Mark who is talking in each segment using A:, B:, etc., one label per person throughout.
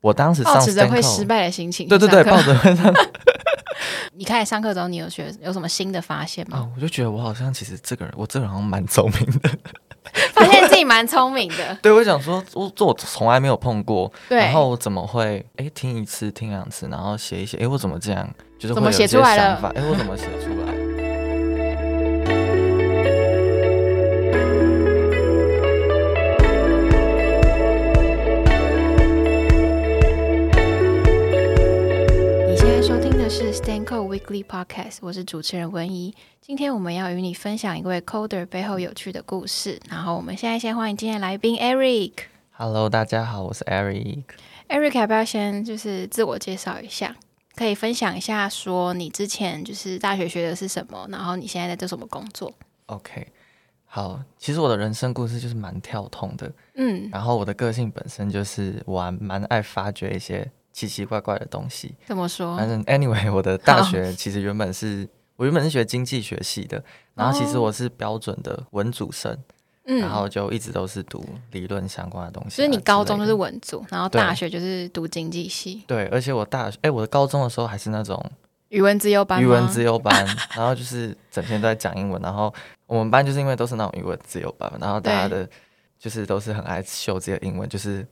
A: 我当时上
B: 抱持着会
A: Stanco
B: 失败的心情。
A: 对对对，
B: 上课
A: 抱着会上
B: 你开始上课之后，你有学有什么新的发现吗？
A: 啊，我就觉得我好像其实这个人，我这个人好像蛮聪明的。，
B: 发现自己蛮聪明的
A: 对，我想说，我这我从来没有碰过，
B: 对，
A: 然后我怎么会哎听一次听两次，然后写一写，哎我怎么这样，就是会
B: 怎么
A: 有
B: 写
A: 一些
B: 出来了
A: 想法，哎我怎么写出来？
B: 你现在收听的是 Stanco Weekly Podcast，我是主持人文怡。今天我们要与你分享一位 coder 背后有趣的故事。然后我们现在先欢迎今天的来宾 Eric。
A: Hello，大家好，我是 Eric。
B: Eric 要不要先就是自我介绍一下？可以分享一下，说你之前就是大学学的是什么，然后你现在在做什么工作？
A: OK，好，其实我的人生故事就是蛮跳痛的，
B: 嗯，
A: 然后我的个性本身就是我还蛮爱发掘一些奇奇怪怪的东西。
B: 怎么说？
A: 反正 anyway，我的大
B: 好
A: 学其实原本是我原本是学经济学系的，然后其实
B: 哦
A: 我是标准的文组生，
B: 嗯，
A: 然后就一直都是读理论相关的东西啊之
B: 所
A: 类
B: 以
A: 的。
B: 你高中就是文组，然后
A: 对啊
B: 大学就是读经济系，
A: 对，而且我大学哎，我的高中的时候还是那种
B: 语文自由班吗
A: 语文自由班，然后就是整天都在讲英文，然后我们班就是因为都是那种语文自由班，然后大家的就是都是很爱秀自己的英文，就是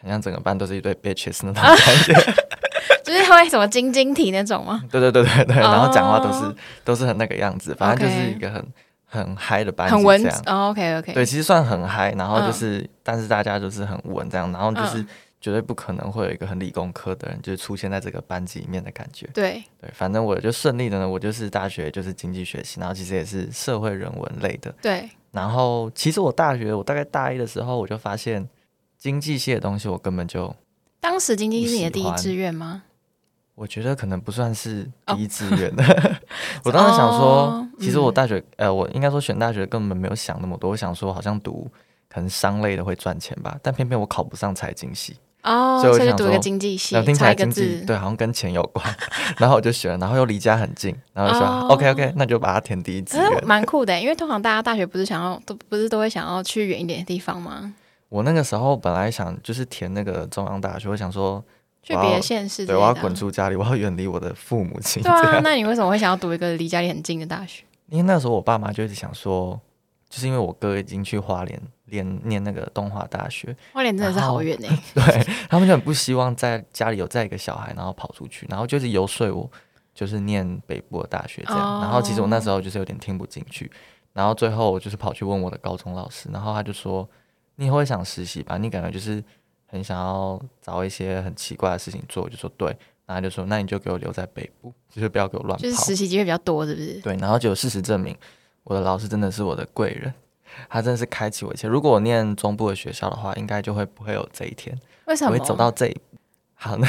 A: 很像整个班都是一对 bitches 那种感觉，
B: 就是会什么晶晶体那种吗？
A: 对对对对对，然后讲话都是、
B: 哦
A: 都是很那个样子，反正就是
B: OK
A: 一个很很嗨的班级
B: 很文
A: 这样，
B: 哦，OK OK，
A: 对，其实算很嗨，然后
B: 嗯
A: 就是、但是大家就是很稳这样，然后就是。
B: 嗯
A: 绝对不可能会有一个很理工科的人，就是出现在这个班级里面的感觉。
B: 对，
A: 对，反正我就顺利的呢，我就是大学就是经济学系，然后其实也是社会人文类的。
B: 对，
A: 然后其实我大学我大概大一的时候，我就发现经济系的东西我根本就
B: 当时经济是你的
A: 不
B: 第
A: 喜
B: 一
A: 欢
B: 志愿吗？
A: 我觉得可能不算是
B: 哦
A: 第一志愿。 我当时想说
B: 哦，
A: 其实我
B: 嗯
A: 大学、呃，我应该说选大学根本没有想那么多，我想说好像读可能商类的会赚钱吧，但偏偏我考不上财经系。
B: 哦，
A: 所以我
B: 所以就
A: 想
B: 读个
A: 说
B: 经济系
A: 然后，听起
B: 差
A: 来
B: 一个
A: 经济
B: 字，啊
A: 对，好像跟钱有关， 然后我就选了，然后又离家很近，然后就说、
B: 哦啊
A: OK OK，那就把它填第一志
B: 可是
A: 愿。
B: 蛮酷的，因为通常大家大学不是想要都不是都会想要去远一点的地方吗？
A: 我那个时候本来想就是填那个中央大学，我想说，
B: 去
A: 我要
B: 别的县市之
A: 对，
B: 类
A: 我
B: 的啊
A: 要滚出家里，我要远离我的父母亲。
B: 对
A: 这
B: 啊，
A: 样，
B: 那你为什么会想要读一个离家里很近的大学？
A: 因为那时候我爸妈就一直想说，就是因为我哥已经去花莲念念那个东华大学，
B: 花莲真的是
A: 然后
B: 好远欸 呢。
A: 对他们就很不希望在家里有再一个小孩，然后跑出去，然后就是游说我，就是念北部的大学这样。
B: 哦
A: 然后其实我那时候就是有点听不进去，然后最后我就是跑去问我的高中老师，然后他就说：“你以后会想实习吧？你感觉就是很想要找一些很奇怪的事情做。”我就说：“对。”然后他就说：“那你就给我留在北部，就是不要给我乱跑。
B: 就是实习机会比较多，是不是？
A: 对，然后就事实证明，我的老师真的是我的贵人，他真的是开启我一切。如果我念中部的学校的话，应该就会不会有这一天。
B: 为什
A: 我
B: 么？
A: 会走到这一步。好， 那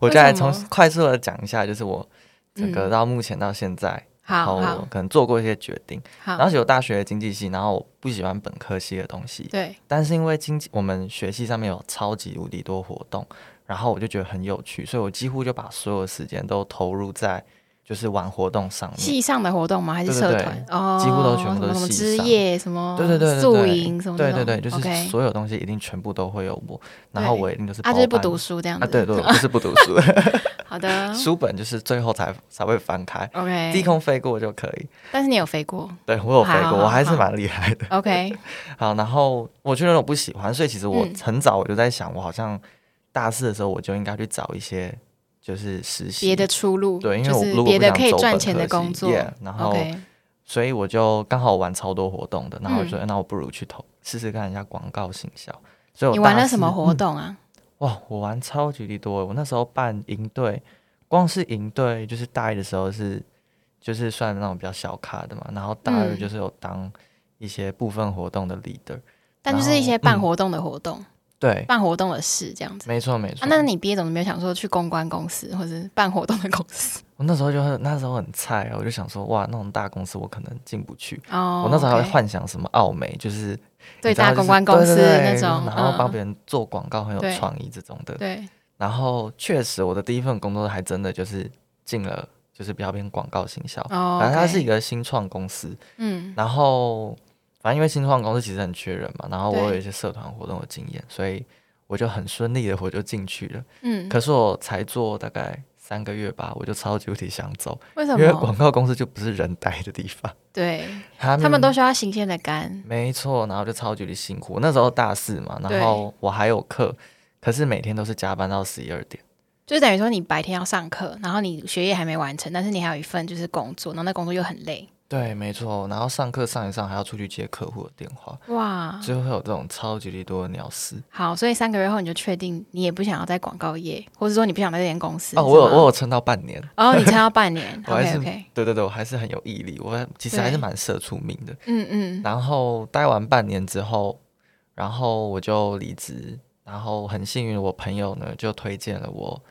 A: 我就来从快速的讲一下，就是我整个
B: 嗯
A: 到目前到现在，然后
B: 好
A: 我
B: 好
A: 可能做过一些决定。然后
B: 好，
A: 有大学经济系，然后我不喜欢本科系的东西，
B: 对，
A: 但是因为经济我们学系上面有超级无敌多活动，然后我就觉得很有趣，所以我几乎就把所有时间都投入在就是玩活动上面。
B: 系上的活动吗？还是
A: 对
B: 社
A: 对
B: 团？哦，
A: 几乎都全部都是
B: 什么什么
A: 系
B: 之
A: 上
B: 夜，什么
A: 对对对对对，
B: 宿哦营什么
A: 对
B: 那
A: 对对，就
B: 种？
A: 是
B: OK
A: 所有东西一定全部都会有我，然
B: 对
A: 后我一定就是
B: 啊，就是
A: 包
B: 不
A: 办
B: 读书这样子。
A: 啊，对对，我就是不读书，
B: 好 的
A: 书本就是最后才才会翻开，低
B: ，OK。
A: 空飞过就可以。
B: 但是你有飞过
A: 对我有飞
B: 好
A: 过，我还是
B: 好
A: 蛮厉害的。
B: ，OK？
A: 好，然后我觉得我不喜欢，所以其实我
B: 嗯
A: 很早我就在想，我好像大四的时候我就应该去找一些就是实习
B: 别的出路，
A: 对，因为
B: 就
A: 我
B: 是
A: 如果
B: 别
A: 不
B: 的
A: 想
B: 可以
A: 走
B: 赚
A: 本
B: 钱
A: 科
B: 的工
A: 系
B: 作。
A: yeah，然后
B: OK，
A: 所以我就刚好玩超多活动的，然后我就
B: 嗯
A: 说、那我不如去投试试看一下广告行销。所以我
B: 你玩
A: 大
B: 了什
A: 四
B: 么活
A: 嗯
B: 动啊？
A: 哇，我玩超级的多耶！我那时候办营队，光是营队就是大一的时候是就是算那种比较小咖的嘛，然后大二
B: 嗯
A: 就是有当一些部分活动的 leader、
B: 但就是一些办
A: 嗯
B: 活动的活动，
A: 对，
B: 办活动的事这样子。
A: 没错没错。
B: 啊，那你毕业怎么没有想说去公关公司或者是办活动的公司？
A: 我那时候就很那时候很菜啊，我就想说哇，那种大公司我可能进不去。
B: 哦，
A: 我那时候还会
B: OK
A: 幻想什么奥美，就是
B: 对
A: 你知道
B: 大
A: 就是
B: 公关公
A: 对对
B: 司
A: 对
B: 那种
A: 然后帮
B: 嗯
A: 别人做广告很
B: 对
A: 有创意这种的。
B: 对，
A: 然后确实，我的第一份工作还真的就是进了，就是比较偏广告行销。
B: 哦，
A: 反正它
B: OK
A: 是一个新创公司，
B: 嗯
A: 然后反正因为新创公司其实很缺人嘛，然后我
B: 对
A: 有一些社团活动的经验，所以我就很顺利的我就进去了。
B: 嗯，
A: 可是我才做大概三个月吧，我就超级无敌想走，
B: 为什
A: 因为广
B: 么？
A: 告公司就不是人待的地方，
B: 对，
A: 他
B: 他们都需要新鲜的肝。
A: 没错，然后就超级的辛苦。我那时候大四嘛，
B: 对
A: 然后我还有课，可是每天都是加班到十一二点。
B: 就等于说你白天要上课，然后你学业还没完成，但是你还有一份就是工作，然后那工作又很累，
A: 对，没错。然后上课上一上，还要出去接客户的电话，
B: 哇！
A: 就会有这种超级多的鸟事。
B: 好，所以三个月后你就确定你也不想要在广告业，或者说你不想在这间公司
A: 哦，我有
B: 是吗
A: 我有撑到半年，
B: 哦，你撑到半年
A: 我还
B: ，OK
A: 是
B: OK，
A: 对对对，我还是很有毅力。我其实还是蛮社畜命 的。
B: 嗯嗯，
A: 然后待完半年之后，然后我就离职。然后很幸运，我朋友呢就推荐了我，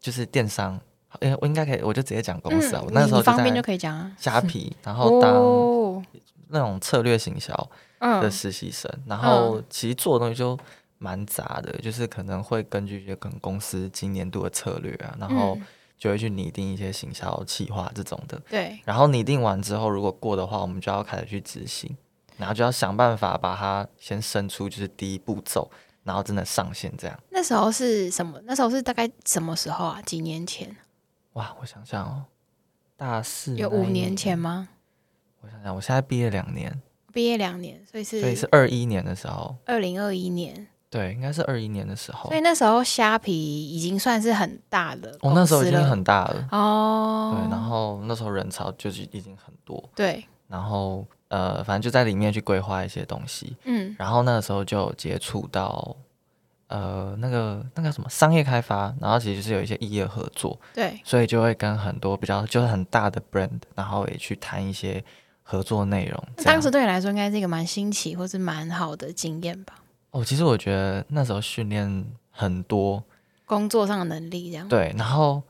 A: 就是电商，哎，我应该可以，我就直接讲公司啊。
B: 嗯
A: 我那时候就
B: 你方便
A: 在
B: 就可以讲啊，
A: 虾 皮，然后当
B: 哦，
A: 那种策略行销的
B: 嗯
A: 实习生。然后其实做的东西就蛮杂的，就是可能会根据一些可能公司今年度的策略啊，然后
B: 嗯
A: 就会去拟定一些行销企划这种的。
B: 对，
A: 然后拟定完之后，如果过的话，我们就要开始去执行，然后就要想办法把它先生出，就是第一步骤，然后真的上线这样。
B: 那时候是什么？那时候是大概什么时候啊？几年前？
A: 哇，我想想哦，大四
B: 有
A: 那
B: 五
A: 一
B: 年前，吗？
A: 我想想，我现在毕业两年，
B: 毕业两年，所以
A: 所以是
B: 是
A: 二一年的时候，
B: 二零二一年，
A: 对，应该是二一年的时候
B: 所以。那时候虾皮已经算是很大的
A: 我、
B: 公司了，
A: 那时候已经很大了，对，
B: 哦，
A: 然后那时候人潮就是已经很多，
B: 对，
A: 然后呃，反正就在里面去规划一些东西，
B: 嗯
A: 然后那个时候就有接触到呃那个那个什么商业开发，然后其实就是有一些异业合作，
B: 对，
A: 所以就会跟很多比较就是很大的 brand，然后也去谈一些合作内容。
B: 那
A: 这样
B: 当时对你来说应该是一个蛮新奇或是蛮好的经验吧，
A: 哦，其实我觉得那时候训练很多，
B: 工作上的能力这样。
A: 对，然后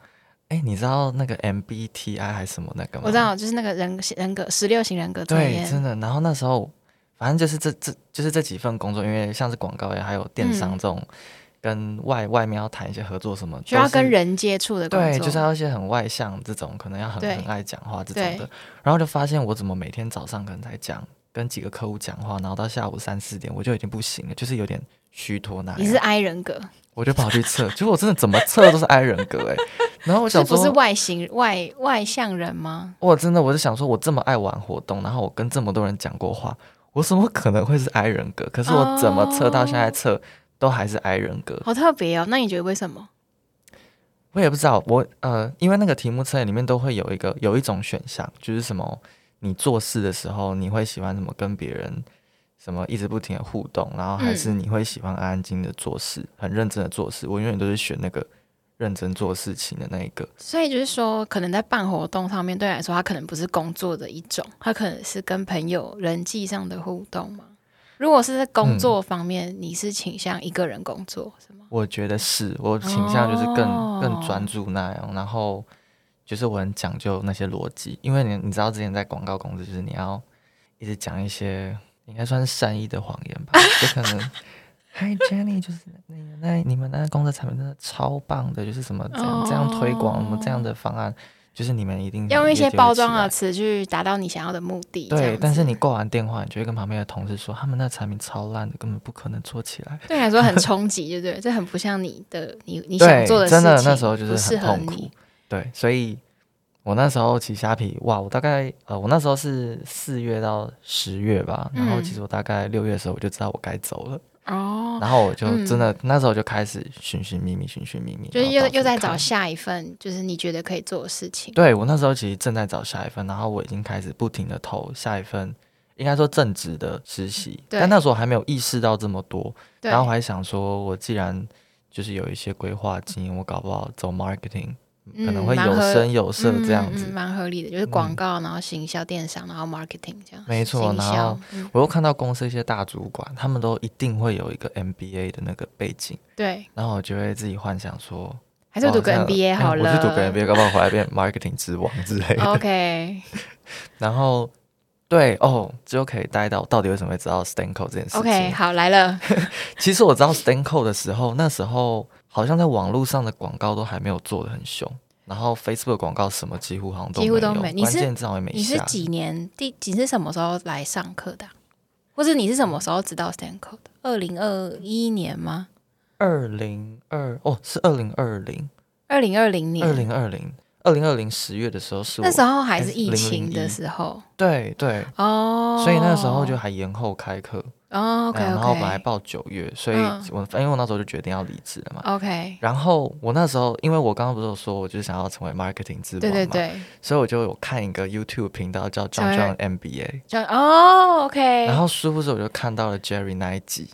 A: 哎，你知道那个 MBTI 还是什么那个吗？
B: 我知道，就是那个人人格十六型人格测
A: 对，
B: 验，
A: 真的。然后那时候，反正就是这这就是这几份工作，因为像是广告也还有电商
B: 嗯
A: 这种，跟外外面要谈一些合作什么，
B: 需要
A: 都是
B: 跟人接触的工作，
A: 对，就是要一些很外向这种，可能要很
B: 对
A: 很爱讲话这
B: 对
A: 种的。然后就发现我怎么每天早上可能才讲跟几个客户讲话，然后到下午三四点我就已经不行了，就是有点虚脱那
B: 你是
A: 样。
B: I 人格，
A: 我就跑去 测，结果我真的怎么测都是 I 人格哎、然后我
B: 是
A: 想
B: 不是
A: 说，
B: 外形外外向人吗？
A: 我真的我就想说，我这么爱玩活动，然后我跟这么多人讲过话，我怎么可能会是 I 人格？可是我怎么测到现在测都还是 I 人格，
B: 好特别哦。那你觉得为什么？
A: 我也不知道，我呃，因为那个题目测验里面都会有一个有一种选项，就是什么你做事的时候你会喜欢什么跟别人什么一直不停的互动，然后还是你会喜欢安安静静的做事，很认真的做事。我永远都是选那个认真做事情的那一个。
B: 所以就是说，可能在办活动上面，对你来说，它可能不是工作的一种，它可能是跟朋友人际上的互动嘛。如果是在
A: 嗯
B: 工作方面，你是倾向一个人工作是吗？
A: 我觉得是我倾向就是更、
B: 哦
A: 更专注那样，然后就是我很讲究那些逻辑，因为你你知道之前在广告公司就是你要一直讲一些应该算是善意的谎言吧，就可 能 Hi Jenny 就是那个那你们那个公司的产品真的超棒的，就是什么这样、这样推广我们这样的方案，就是你们一定
B: 哦要用一些
A: 业绩会
B: 包
A: 起
B: 装的
A: 来。
B: 词去达到你想要的目的。这样
A: 对
B: 子，
A: 但是你挂完电话，你就会跟旁边的同事说，他们那产品超烂的，根本不可能做起来。
B: 对你来说很冲击，对不对？这很不像你的你 你
A: 对，
B: 想做事情，
A: 真的那时候就是
B: 不适
A: 很
B: 合
A: 痛苦
B: 你。。
A: 对，所以我那时候骑虾皮，哇，我大概呃，我那时候是四月到十月吧，然后
B: 嗯
A: 其实我大概六月的时候我就知道我该走了，
B: 哦，
A: 然后我就
B: 嗯
A: 真的、那时候就开始寻寻觅觅，寻寻觅觅，
B: 就是
A: 然后
B: 又
A: 到处
B: 又在
A: 看
B: 找。下一份，就是你觉得可以做的事情。
A: 对我那时候其实正在找下一份，然后我已经开始不停的投下一份，应该说正职的实习，
B: 对
A: 但那时候还没有意识到这么多，
B: 对，
A: 然后我还想说，我既然就是有一些规划经验，我搞不好走 marketing 可能会
B: 嗯蛮合
A: 有声有色这样子。
B: 嗯嗯嗯蛮合理的，就是广告，然后行销、电商，然后 marketing 这样。
A: 没错
B: 行
A: 然
B: 销
A: 后
B: 嗯
A: 我又看到公司一些大主管，他们都一定会有一个 MBA 的那个背景，
B: 对，
A: 然后我就会自己幻想说，
B: 还是我
A: 哇
B: 读
A: 这
B: 个
A: 样
B: MBA
A: 哎
B: 好了。哦
A: 我去读个 MBA，搞不好回来变 marketing 之王之类的。
B: OK
A: 然后对哦，之后可以带到我到底为什么会知道 Stanco 这件事情。
B: OK，好来 了。
A: 其实我知道 Stanco 的时候，那时候好像在网络上的广告都还没有做的很凶，然后 Facebook 广告什么几乎好像都
B: 几乎都
A: 没
B: 没
A: 有，
B: 你
A: 关
B: 是
A: 键字好像也没
B: 你是
A: 下。
B: 几年第你是什么时候来上课的啊？或者你是什么时候知道 Stanco 的？二零二一年吗？
A: 二零二哦，是二零二零，
B: 二零二零年，
A: 二零二零，二零二零十月的时候是我哎
B: 那时候还是
A: 还是
B: 疫情
A: 001
B: 的时候
A: 对对，
B: 哦，
A: 所以那时候就还延后开课。
B: 哦
A: 嗯
B: ，OK
A: 然后本来
B: OK
A: 报九月，所以
B: 嗯
A: 我、因为我那时候就决定要离职了嘛。
B: OK，
A: 然后我那时候，因为我刚刚不是有说，我就是想要成为 marketing 之王
B: 对
A: 嘛，
B: 对对，
A: 所以我就有看一个 YouTube 频道叫
B: 成为
A: John John MBA，
B: 这样哦，OK，
A: 然后殊不知我就看到了 Jerry 那一集，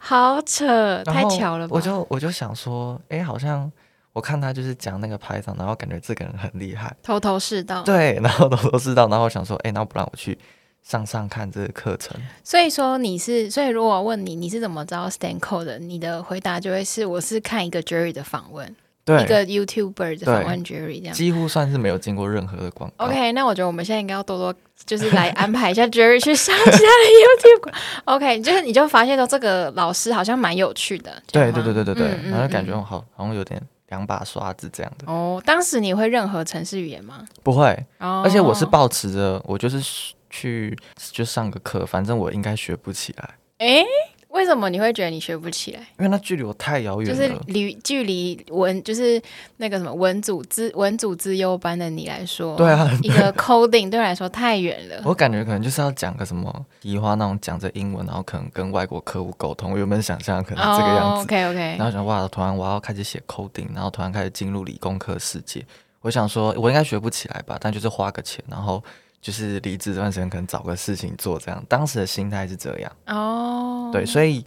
B: 好扯，
A: 然
B: 呃太
A: 后
B: 巧了吧？
A: 我就我就想说，哎，好像我看他就是讲那个 Python，然后感觉这个人很厉害，
B: 头头是道。
A: 对，然后都都知道，然后我想说，哎，那不然我去上上看这个课程，
B: 所以说你是，所以如果我问你你是怎么知道 Stanco 的，你的回答就会是我是看一个 Jerry 的访问，一
A: 对，
B: 个 YouTuber 的访问 Jerry 这样。
A: 几乎算是没有经过任何的广告。
B: OK，那我觉得我们现在应该要多多就是来安排一下 Jerry 去上其他的 YouTube。OK，就是 你就发现到这个老师好像蛮有趣的。这样
A: 对
B: 吗
A: 对对对对对，
B: 嗯嗯
A: 然后就感觉
B: 嗯
A: 好好像有点两把刷子这样的，
B: 哦，当时你会任何城市语言吗？
A: 不会，
B: 哦，
A: 而且我是抱持着我就是去就上个课，反正我应该学不起来，
B: 诶，为什么你会觉得你学不起来？
A: 因为那距离我太遥远
B: 就
A: 了。
B: 是离距离文就是那个什么文组之文组之优班的你来说，
A: 对啊，
B: 一个 coding 对我来说太远了。
A: 我感觉可能就是要讲个什么移花那种讲着英文，然后可能跟外国客户沟通。我原本想象可能啊这个样子
B: o k
A: 然
B: OK，
A: 后想哇，突然我要开始写 coding，然后突然开始进入理工科世界。我想说，我应该学不起来吧，但就是花个钱，然后就是离职这段时间可能找个事情做，这样。当时的心态是这样，
B: 哦，
A: 对，，所以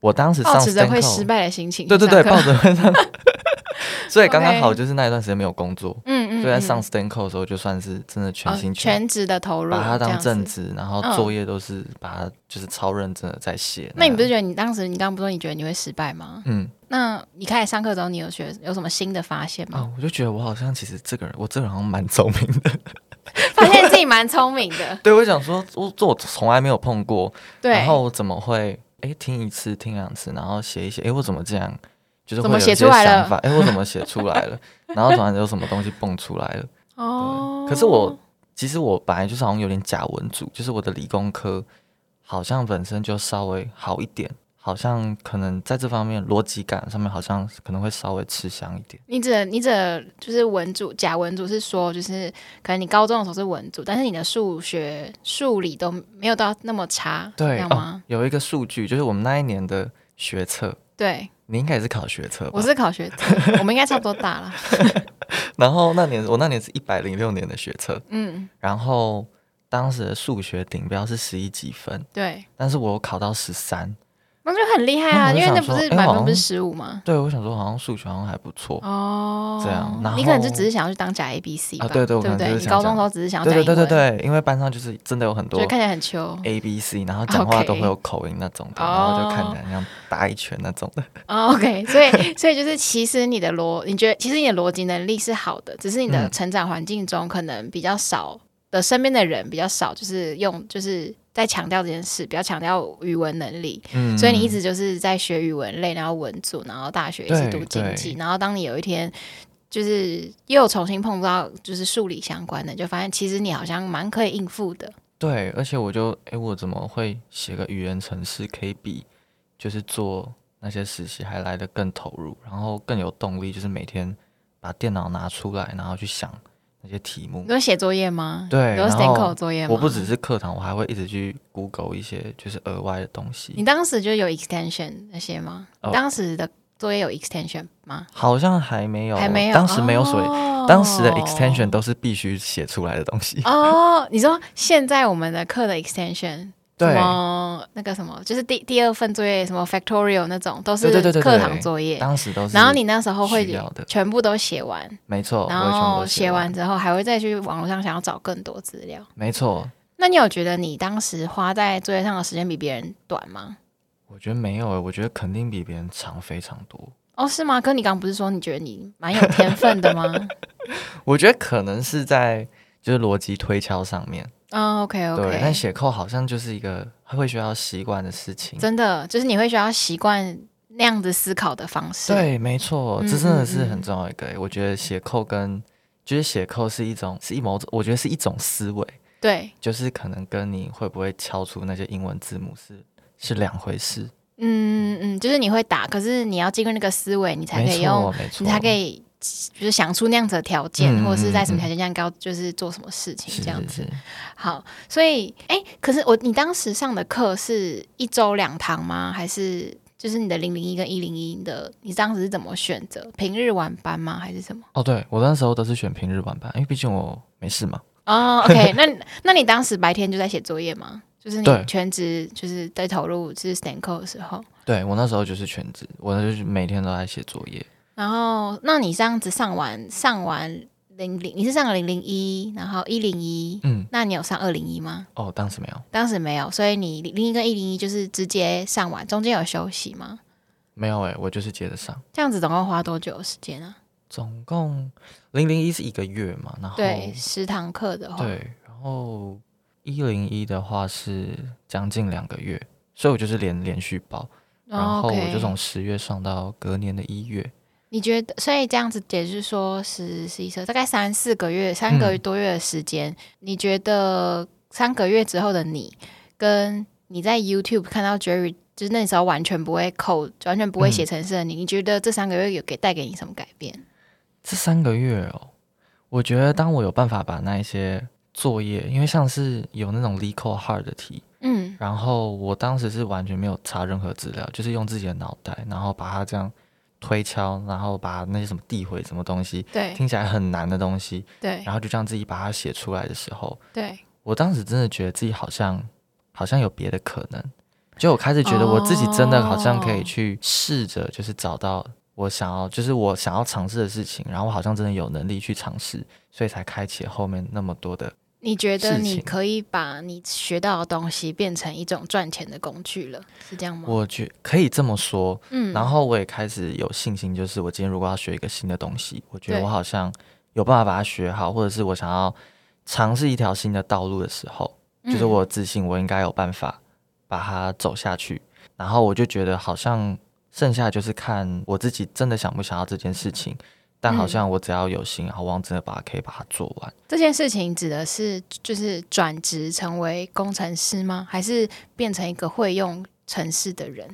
A: 我当时上
B: 抱持着会
A: Stanco-
B: 失败的心情，
A: 对对对，
B: 上课
A: 抱着会 上。所以刚刚
B: OK
A: 好就是那一段时间没有工作，
B: 嗯嗯，
A: 所以在
B: 嗯
A: 上 Stanco 的时候就算是真的全
B: 哦
A: 心全意
B: 全职的投入，
A: 把它
B: 这
A: 当
B: 样子
A: 正。职，然后
B: 嗯
A: 作业都是把它就是超认真的在写。
B: 那你
A: 样
B: 不是觉得你当时你刚刚不是说你觉得你会失败吗？
A: 嗯
B: 那你开始上课之后，你有学有什么新的发现
A: 啊
B: 吗？，
A: 我就觉得我好像其实这个人，我这个人好像蛮聪明的。
B: 发现自己蛮聪明 的，
A: 对，我想说，我这我从来没有碰过，
B: 对，
A: 然后我怎么会哎听一次听两次，然后写一写，哎我怎么这样，就是
B: 怎
A: 会
B: 么
A: 有一
B: 写
A: 些
B: 出来了
A: 想法，哎我怎么写出来了，然后突然有什么东西蹦出来了。
B: 哦，
A: 可是我其实我本来就是好像有点假文组，就是我的理工科好像本身就稍微好一点，好像可能在这方面逻辑感上面好像可能会稍微吃香一点。
B: 你指的你指的就是文组假文组是说，就是可能你高中的时候是文组，但是你的数学、数理都没有到那么差，这
A: 对，
B: 样
A: 哦
B: 吗？，
A: 有一个数据就是我们那一年的学测，
B: 对，
A: 你应该也是考学测吧
B: 我？是考学测，我们应该差不多大了。
A: 然后那年我那年是一百零六年的学测，
B: 嗯，
A: 然后当时的数学顶标是十一几分，
B: 对，
A: 但是我有考到十三。
B: 那就很厉害啊，
A: 那我就
B: 因为那
A: 想
B: 不
A: 说
B: 是
A: 哎
B: 百
A: 好
B: 分之
A: 像
B: 十五吗？
A: 对，我想说好像数学好像还不错。
B: 哦，
A: 这样然
B: 你可能就
A: 后
B: 只是想要去当假 A B C 吧，
A: 啊对对
B: 对
A: 我可
B: 不
A: 能
B: 对？
A: 就是
B: 你
A: 想
B: 高中
A: 讲
B: 的时候只是想要
A: 对
B: 讲
A: 对对
B: 英
A: 对
B: 文，
A: 对，因为班上就是真的有很
B: 就
A: 多
B: 是看起来很秋
A: A B C，然后讲话
B: OK
A: 都会有口音那种的，然后就看起来像打一拳那种的。
B: 哦 OK，所 以所以就是其实你的逻，你觉得其实你的逻辑能力是好的，只是你的
A: 嗯
B: 成长环境中可能比较少的身边的人比较少，就是用就是在强调这件事，比较强调语文能力。
A: 嗯
B: 所以你一直就是在学语文类，然后文组，然后大学也是
A: 对
B: 读经济，
A: 对
B: 然后当你有一天就是又重新碰到就是数理相关的，就发现其实你好像蛮可以应付的。
A: 对，而且我就哎，诶我怎么会写个语言程式可以比就是做那些实习还来得更投入，然后更有动力，就是每天把电脑拿出来，然后去想那些题目
B: 你。有写作业吗？
A: 对
B: 有
A: 然
B: Stanco
A: 后
B: 作业吗？
A: 我不只是课堂，我还会一直去 Google 一些就是额外的东西
B: 你。当时就有 extension 那些吗？
A: 哦
B: 你当时的作业有 extension 吗？
A: 好像还没有，欸
B: 还没有，
A: 当时没有所谓，
B: 哦
A: 当时的 extension 都是必须写出来的东西。
B: 哦，你说现在我们的课的 extension，
A: 对
B: 什么那个什么，就是第第二份作业什么 factorial 那种，都是
A: 对对对对对
B: 课堂作业。
A: 当时都是，
B: 然后你那时候会
A: 需要的
B: 全部都写完，
A: 没错，
B: 然
A: 我也全部
B: 后
A: 都
B: 写
A: 完
B: 完，之后还会再去网络上想要找更多资料。
A: 没错，
B: 那你有觉得你当时花在作业上的时间比别人短吗？
A: 我觉得没有诶、欸我觉得肯定比别人长非常多。
B: 哦，是吗？哥，你刚刚不是说你觉得你蛮有天分的吗？
A: 我觉得可能是在就是逻辑推敲上面
B: 嗯，OK
A: 对，但
B: OK，
A: 写扣好像就是一个会需要习惯的事情。
B: 真的就是你会需要习惯那样子思考的方式。，
A: 对，没错，
B: 嗯
A: 这真
B: 嗯
A: 的是
B: 嗯
A: 很重要一个、欸。我觉得写扣跟就是写扣是一种是一某种，我觉得是一种思维，
B: 对
A: 就是可能跟你会不会敲出那些英文字母是是两回事。
B: 嗯嗯，就是你会打，可是你要经过那个思维，你才可
A: 没
B: 以用
A: 错，没错，
B: 你才可以就是想出那样子的条件，
A: 嗯嗯
B: 或者是在什么
A: 嗯嗯
B: 条件下高，就是做什么事情
A: 是
B: 这样
A: 是
B: 子。
A: 是，
B: 好，所以哎、可是我你当时上的课是一周两堂吗？还是就是你的零零一跟一零一的？你当时是怎么选择？平日晚班吗？还是什么？
A: 哦，对我那时候都是选平日晚班，因为毕竟我没事嘛。
B: 哦、o k 那那你当时白天就在写作业吗？就是你
A: 对
B: 全职就是在投入就是 stand call 的时候，
A: 对我那时候就是全职，我就是每天都在写作业。
B: 然后那你这样子上完上完零零，你是上了零零一，然后一零一，
A: 嗯，
B: 那你有上二零一吗？
A: 哦，当时没有，
B: 当时没有，所以你零一跟一零一就是直接上完，中间有休息吗？
A: 没有诶、欸我就是接着上。
B: 这样子总共花多久的时间啊？
A: 总共零零一是一个月嘛，然后
B: 对，十堂课的话，
A: 对然后一零一的话是将近两个月，所以我就是连连续报，然后我就
B: 哦 OK
A: 从十月上到隔年的一月。
B: 你觉得，所以这样子解释说十十一十二，大概三四个月、三个
A: 嗯
B: 多月的时间，你觉得三个月之后的你，跟你在 YouTube 看到 Jerry，就是那时候完全不会扣，完全不会
A: 嗯
B: 写程式的你，你觉得这三个月有给带给你什么改变？
A: 这三个月哦，我觉得当我有办法把那一些作业，因为像是有那种 l e c o hard 的题，
B: 嗯
A: 然后我当时是完全没有查任何资料，就是用自己的脑袋，然后把它这样推敲，然后把那些什么递回什么东西，
B: 对
A: 听起来啊很难的东西，
B: 对
A: 然后就这样自己把它写出来的时候，
B: 对，
A: 我当时真的觉得自己好像好像有别的可能，就我开始觉得我自己真的好像可以
B: 哦
A: 去试着，就是找到我想要，就是我想要尝试的事情，然后我好像真的有能力去尝试，所以才开启了后面那么多的。
B: 你觉得
A: 事
B: 你
A: 情
B: 可以把你学到的东西变成一种赚钱的工具了，是这样吗？
A: 我觉可以这么说，
B: 嗯，
A: 然后我也开始有信心，就是我今天如果要学一个新的东西，我觉得
B: 对
A: 我好像有办法把它学好，或者是我想要尝试一条新的道路的时候，就是
B: 嗯
A: 我有自信我应该有办法把它走下去。然后我就觉得好像剩下就是看我自己真的想不想要这件事情，但好
B: 嗯
A: 像我只要有心，好像真的把它可以把它做完。
B: 这件事情指的是就是转职成为工程师吗？还是变成一个会用程式的人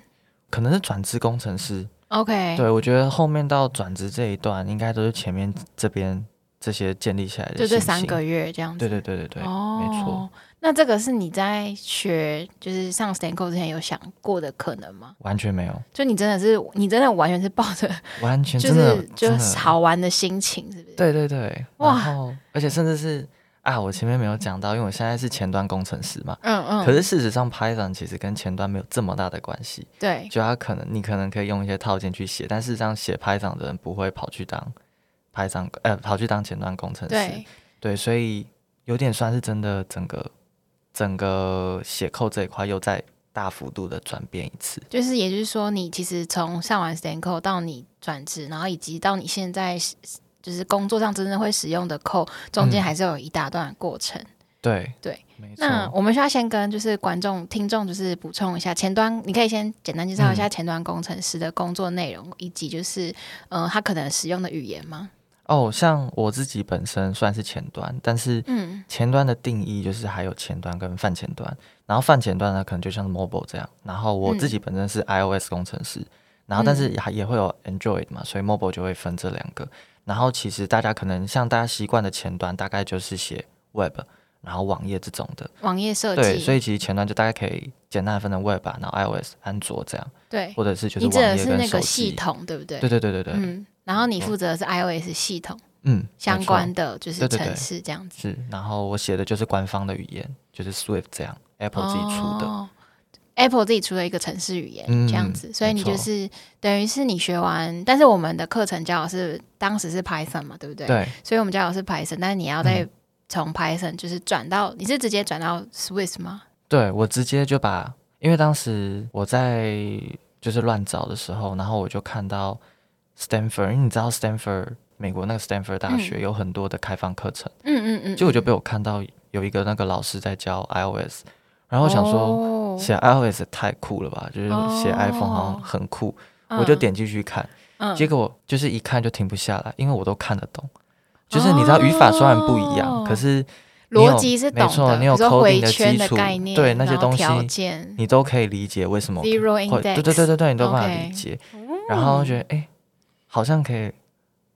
A: 可能是转职工程师，
B: ？OK，
A: 对我觉得后面到转职这一段，应该都是前面这边这些建立起来的
B: 就
A: 信心，
B: 这三个月这样子。
A: 对对对对对，
B: 哦，
A: 没错。。
B: 那这个是你在学就是上 Stanco 之前有想过的可能吗？
A: 完全没有，
B: 就你真的是你真的完全是抱着
A: 完全
B: 就
A: 真的
B: 是就
A: 真
B: 是。
A: 的
B: 好玩的心情，是不是？
A: 对对对，
B: 哇
A: 然后而且甚至是啊，我前面没有讲到，因为我现在是前端工程师嘛。
B: 嗯嗯。
A: 可是事实上，Python 其实跟前端没有这么大的关系，
B: 对
A: 就它可能你可能可以用一些套件去写，但事实上写 Python 的人不会跑去当 Python 呃跑去当前端工程师，
B: 对
A: 对所以有点算是真的整个整个写扣这一块又在大幅度的转变一次。
B: 就是也就是说，你其实从上完 Stanco 到你转职，然后以及到你现在是就是工作上真正会使用的 code，中
A: 嗯
B: 间还是有一大段的过程。
A: 对
B: 对，
A: 没错。
B: 那我们需要先跟就是观众、听众就是补充一下前端，你可以先简单介绍一
A: 嗯
B: 下前端工程师的工作内容，以及就是呃他可能使用的语言吗？
A: 哦，像我自己本身算是前端，但是
B: 嗯
A: 前端的定义就是还有前端跟泛前端，然后泛前端呢可能就像是 mobile 这样，然后我
B: 嗯
A: 自己本身是 iOS 工程师，然后但是还也会有 Android 嘛，所以 mobile 就会分这两个。然后其实大家可能像大家习惯的前端大概就是写 web，然后网页这种的，
B: 网页设计，
A: 对，所以其实前端就大概可以简单的分成 web，啊然后 iOS、安卓这样，
B: 对
A: 或者是就是
B: 你指的
A: 网页
B: 是
A: 跟
B: 那
A: 手
B: 个系
A: 机。
B: 统，对不对？
A: 对对对对对，
B: 嗯，然后你
A: 没错
B: 负责的是 iOS 系统
A: 嗯，没
B: 相
A: 错
B: 关的，就是
A: 对对对
B: 城市这样子。
A: 是，然后我写的就是官方的语言，就是 Swift 这样，Apple 自己出的。
B: 哦 Apple 自己出了一个程式语言，
A: 嗯
B: 这样子，所以你
A: 没错
B: 就是等于是你学完，但是我们的课程教的是当时是 Python 嘛，对不对？
A: 对，
B: 所以我们教的是 Python，但是你要再
A: 嗯
B: 从 Python 就是转到，你是直接转到 Swiss 吗？
A: 对我直接就把，因为当时我在就是乱找的时候，然后我就看到 Stanford，因为你知道 Stanford 美国那个 Stanford 大学有很多的开放课程，
B: 嗯嗯嗯，
A: 结果就被我看到有一个那个老师在教 iOS，然后我想说。
B: 哦
A: 写 iOS 也太酷了吧！就是写
B: 哦
A: iPhone 好像很酷，我就
B: 嗯
A: 点进去看，
B: 嗯
A: 结果就是一看就停不下来，因为我都看得懂。就是你知道语法虽然不一样，
B: 哦
A: 可是你有
B: 逻辑是懂
A: 没错
B: 的，
A: 你有
B: 比如说
A: coding
B: 回
A: 的
B: 圈
A: 基
B: 的
A: 础
B: 概念，
A: 对那些
B: 然后
A: 东西
B: 条件
A: 你都可以理解为什么
B: zero
A: 会，
B: index，
A: 对对对对对，你都有办法
B: OK
A: 理解。然后觉得哎、诶好像可以，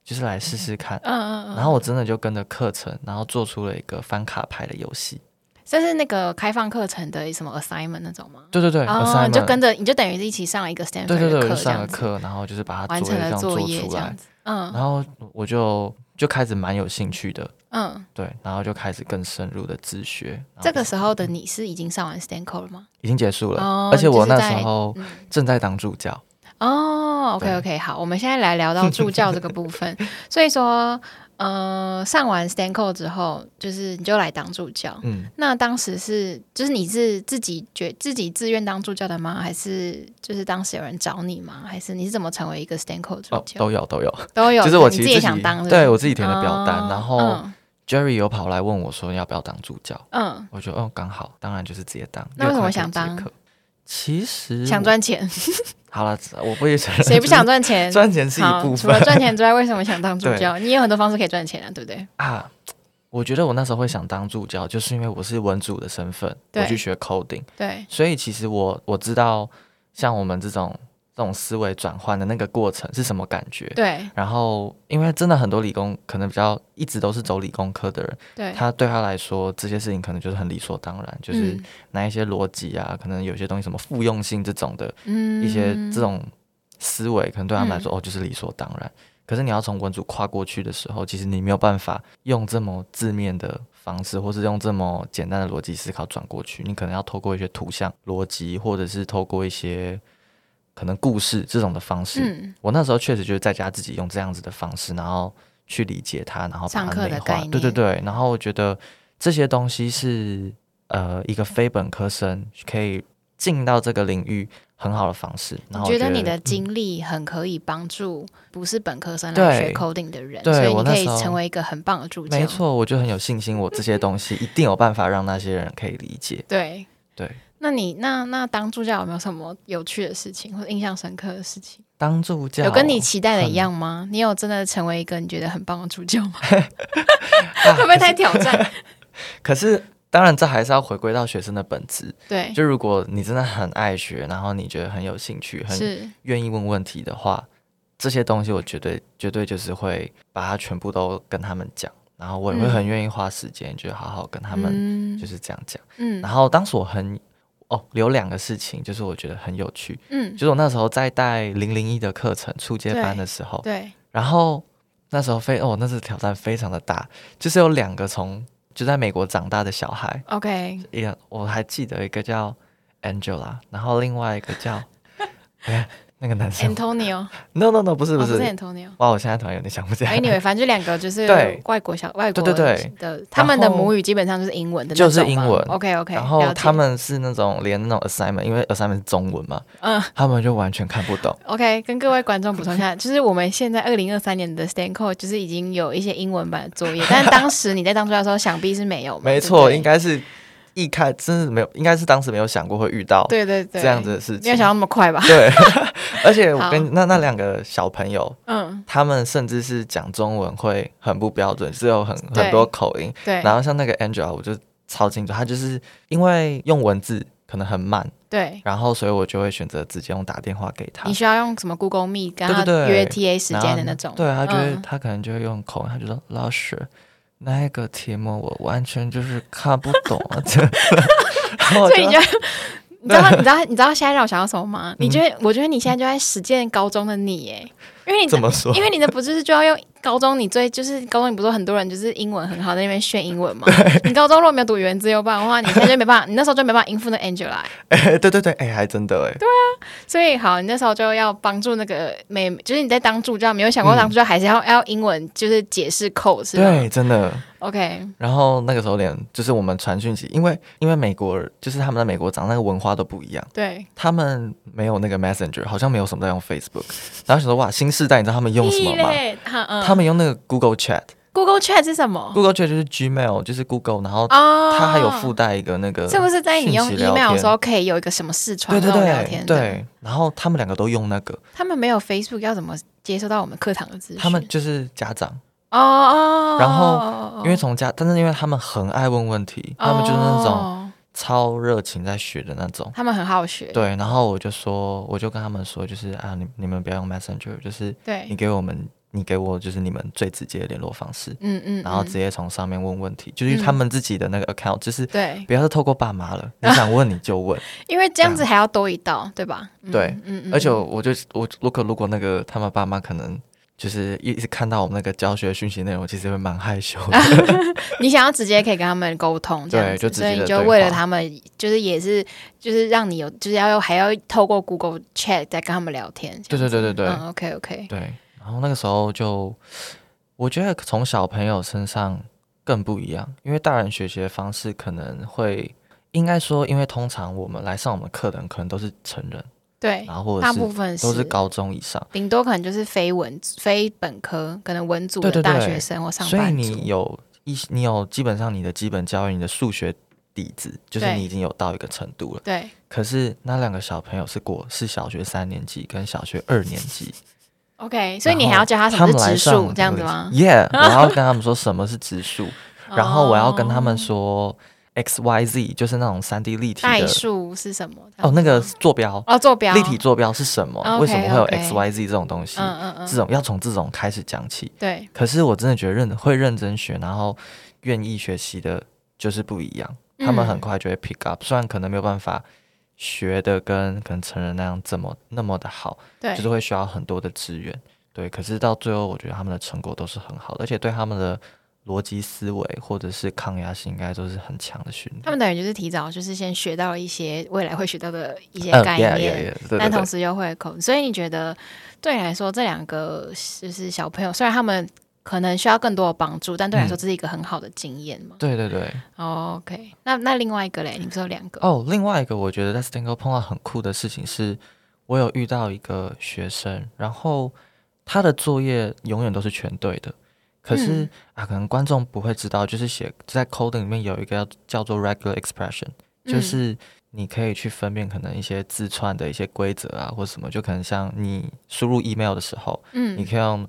A: 就是来试试看。
B: 嗯嗯嗯，
A: 然后我真的就跟着课程，然后做出了一个翻卡牌的游戏。
B: 嗯这是那个开放课程的什么 assignment 那种吗？
A: 对对对，
B: 哦，
A: assignment
B: 你就跟着，你就等于是一起上了一个 Stanford
A: 对对对，
B: 的
A: 我
B: 课
A: 就
B: 这
A: 上了
B: 样子，
A: 课，然后就是把它
B: 完
A: 作
B: 成
A: 业这
B: 了
A: 样
B: 作
A: 做
B: 业
A: 出
B: 这
A: 来
B: 样，子，嗯
A: 然后我就就开始蛮有兴趣的，
B: 嗯，
A: 对，然后就开始更深入的自学。然后
B: 这个
A: 就是
B: 时候的你是已经上完 Stanford 了吗？
A: 已经结束了，
B: 哦
A: 而且
B: 就
A: 我
B: 是
A: 那
B: 在
A: 时候
B: 嗯
A: 正在当助教。
B: 哦，OK
A: 对
B: OK，好，我们现在来聊到助教这个 部分。所以说，呃，上完 Stanco 之后，就是你就来当助教。
A: 嗯，
B: 那当时是，就是你是自己觉自己自愿当助教的吗？还是就是当时有人找你吗？还是你是怎么成为一个 Stanco 助
A: 哦，
B: 教？
A: 都有都有，
B: 都有，
A: 就是我
B: 你
A: 其实
B: 己也
A: 自己
B: 想当，
A: 对
B: 不
A: 我自己填的表单
B: 哦
A: 然后
B: 嗯
A: Jerry 有跑来问我说要不要当助教，
B: 嗯，
A: 我觉得哦刚好，当然就是直接当。
B: 那为什么
A: 6块钱
B: 想当
A: 一节课？其实
B: 想
A: 我
B: 赚钱，
A: 好了，我不会承认，
B: 谁不想赚
A: 就
B: 钱
A: 是？赚钱是一
B: 好，
A: 部
B: 除了
A: 分
B: 赚钱之外，为什么想当 助
A: 对
B: 教？你有很多方式可以赚钱啊，对不对？
A: 啊。我觉得我那时候会想当助教，就是因为我是文组的身份，我
B: 对
A: 去学 coding，
B: 对，
A: 所以其实我我知道像我们这种这种思维转换的那个过程是什么感觉。
B: 对，
A: 然后，因为真的很多理工可能比较一直都是走理工科的人，
B: 对，
A: 他对他来说这些事情可能就是很理所当然，就是
B: 嗯
A: 那一些逻辑啊，可能有些东西什么复用性这种的
B: 嗯
A: 一些这种思维，可能对他们来说、哦就是理所当然。可是你要从文组跨过去的时候，其实你没有办法用这么字面的方式，或是用这么简单的逻辑思考转过去，你可能要透过一些图像逻辑，或者是透过一些可能故事这种的方式。
B: 嗯
A: 我那时候确实就是在家自己用这样子的方式，然后去理解它，然后把
B: 上课
A: 它
B: 的
A: 内
B: 概
A: 化。
B: 念
A: 对对对，然后我觉得这些东西是呃一个非本科生可以进到这个领域很好的方式。然
B: 你
A: 后我
B: 觉得你
A: 嗯
B: 的经历很可以帮助不是本科生来
A: 对
B: 学 coding 的人，
A: 对
B: 所以你
A: 我那
B: 可以
A: 时候
B: 成为一个很棒的助
A: 嗯
B: 教。
A: 没，错，我就很有信 心，我这些东西一定有办法让那些人可以理解。
B: 对。
A: 对，
B: 那你那那当助教有没有什么有趣的事情或者印象深刻的事情？
A: 当助教
B: 有跟你期待的一样
A: 哦
B: 吗？你有真的成为一个你觉得很棒的 助教吗？
A: 啊
B: 会不会太挑战？
A: 可是当然这还是要回归到学生的本质。
B: 对，
A: 就如果你真的很爱学，然后你觉得很有兴趣，很
B: 是
A: 愿意问问题的话，这些东西我绝对绝对就是会把它全部都跟他们讲，然后我也会
B: 嗯
A: 很愿意花时间，就好好跟他们
B: 们
A: 就是这样讲。
B: 嗯
A: 然后当时我很哦，有两个事情就是我觉得很有趣，
B: 嗯
A: 就，是我那时候在带零零一的课程初阶班
B: 对
A: 的时候，
B: 对，
A: 然后那时候非哦，那次挑战非常的大，就是有两个从就在美国长大的小孩，
B: OK，
A: 也我还记得一个叫 Angela，然后另外一个叫 哎那个男生
B: Antonio，哦
A: No No No，不哎是
B: 不
A: 不是，
B: Antonio。
A: 哇，我现在突然有点想不起来，
B: Anyway，反正就两个就是
A: 对
B: 外国小外国
A: 对对
B: 的，他们的母语基本上就是英文的那种
A: 就
B: 嘛，
A: 是英文
B: OK OK，
A: 然后他们是那种连那种 assignment，因为 assignment 是中文嘛，
B: 嗯
A: 他们就完全看不 懂。
B: OK，跟各位观众补充一下，就是我们现在二零二三年的 Stanco 就是已经有一些英文版的作 业，但当时你在当初的时候，想必是没有嘛，
A: 没
B: 对不
A: 错，
B: 对
A: 应该是一开真是没有，应该是当时没有想过会遇到
B: 对对对
A: 这样子，的事
B: 没有
A: 情
B: 想。到那么快吧？
A: 对，而且
B: 好
A: 我跟那那两个小朋友，
B: 嗯，
A: 他们甚至是讲中文会很不标准，只有很
B: 对
A: 很多口音。
B: 对
A: 然后像那个 Angela，我就超清楚，她就是因为用文字可能很慢，
B: 对，
A: 然后所以我就会选择直接用打电话给她
B: 你。需要用什么 Google Meet 跟他
A: 对对对
B: 约 TA 时
A: 然后
B: 间的那种，
A: 对，她就会、
B: 嗯
A: 她可能就会用口音，她就说老师。那个题目我完全就是看不懂啊， 这然后我
B: 所以你就
A: 就。
B: 你知道，你知道，你知道现在让我想到什么吗？你
A: 啊嗯
B: 觉得，我觉得你现在就在实践高中的你，耶，因为你
A: 怎么说
B: 因为你的不是就要用高中，你最就是高中，你不是有很多人就是英文很好，在那边炫英文吗？你高中如果没有读语言自由班的话，你现在就没办法，你那时候就没办法应付那 Angela，耶
A: 哎，对对对，哎，还真的哎，
B: 啊所以好，你那时候就要帮助那个美，就是你在当助教，没有想过当助教还是要、要英文，就是解释扣是吧
A: 嗯对，真的。
B: ？OK，
A: 然后那个时候连就是我们传讯息，因为因为美国人就是他们在美国长那个文化都不一样，
B: 对，
A: 他们没有那个 Messenger，好像没有什么在用 Facebook。然后想说哇，新世代，你知道他们用什么
B: 屁
A: 吗？
B: 嘞？哈嗯，
A: 他们用那个 Google Chat，Google
B: Google Chat 是什么？
A: Chat 就是 Gmail，就是 Google，然后
B: 哦，
A: 它还有附带一个那个，
B: 是不是在你用
A: 讯息聊
B: email 的时候
A: 天？
B: 可以有一个什么视窗
A: 对
B: 那
A: 对
B: 种聊天
A: 对
B: 的？
A: 对，然后他们两个都用那个，
B: 他们没有 Facebook 要怎么接收到我们课堂的资讯？
A: 他们就是家长，
B: 哦哦，
A: 然后因为从家，但是因为他们很爱问问题，他们就是那种
B: 哦
A: 超热情在学的那种。
B: 他们很好学，
A: 对，然后我就说，我就跟他们说，就是啊，你你们不要用 Messenger，就是
B: 对
A: 你给我们，你给我就是你们最直接的联络方式，
B: 嗯嗯，
A: 然后直
B: 嗯
A: 接从上面问问题，就是他们自己的那个 account，就是
B: 对，
A: 不要是透过爸妈了，你想问你就问。
B: 因为这样子还要多一道，对吧？嗯
A: 对，
B: 嗯嗯
A: 而且我就我如果如果那个他们爸妈可能就是一直看到我们那个教学讯息内容，其实会蛮害羞的。
B: 你想要直接可以跟他们沟通，这样
A: 对
B: 子，
A: 就直接
B: 所
A: 的
B: 以你就为了他们，就是也是就是让你有，就是要用还要透过 Google Chat 再跟他们聊天，这
A: 对
B: 样子
A: 对对对对、
B: 嗯，OK OK，
A: 对。然后那个时候就，我觉得从小朋友身上更不一样，因为大人学习的方式可能会，应该说，因为通常我们来上我们课的人可能都是成人，
B: 对，
A: 然后或者
B: 大
A: 是
B: 部分
A: 都是高中以上，
B: 顶多可能就是非文非本科，可能文组
A: 对对
B: 的大
A: 对
B: 学生或上
A: 所以
B: 班族，
A: 你有一你有基本上你的基本教育，你的数学底子，就是
B: 对
A: 你已经有到一个程度了。
B: 对
A: 可是那两个小朋友是国是小学三年级跟小学二年级，
B: OK，所以你还
A: 然后
B: 要教啊他什
A: 他
B: 么
A: 们
B: 是
A: 来
B: 植
A: 上我
B: 树
A: 的
B: 这样子
A: 课
B: 吗？
A: ？Yeah，我要跟他们说什么是植树，然后我要跟他们
B: 哦
A: 说 x y z，就是那种三 D 立体
B: 代
A: 的
B: 数是什么？这
A: 哦，
B: 样子
A: 那个
B: 吗
A: 坐标
B: 哦坐标
A: 立体，坐标是什么？为什么会有
B: OK，OK
A: x y z 这种东西？
B: 嗯嗯嗯，
A: 这种要从这种开始讲起。
B: 对
A: 可是我真的觉得认会认真学，然后愿意学习的，就是不一样。他们
B: 嗯
A: 很快就会 pick up，、虽然可能没有办法学的跟可能成人那样这么那么的好，
B: 嗯对
A: 就是会需要很多的资源。对，可是到最后，我觉得他们的成果都是很好的，而且对他们的逻辑思维或者是抗压性，应该都是很强的训练。
B: 他们等于就是提早，就是先学到了一些未来会学到的一些
A: 嗯
B: 概
A: yeah,
B: 念
A: yeah, yeah，对对
B: 但
A: 对
B: 同，时又会口，所以你觉得对你来说，这两个就是小朋友，虽然他们可能需要更多的帮助，但对你来说
A: 嗯
B: 这是一个很好的经验嘛、
A: 对对对。
B: o k 哦那那另外一个嘞，你不是有两个？
A: 哦，另外一个我觉得在 Stango 碰到很酷的事情是，我有遇到一个学生，然后他的作业永远都是全对的。可是、
B: 嗯
A: 啊，可能观众不会知道，就是写在 coding 里面有一个叫叫做 regular expression，就
B: 嗯
A: 是你可以去分辨可能一些字串的一些规则啊，或什么，就可能像你输入 email 的时候，你
B: 嗯，
A: 可以用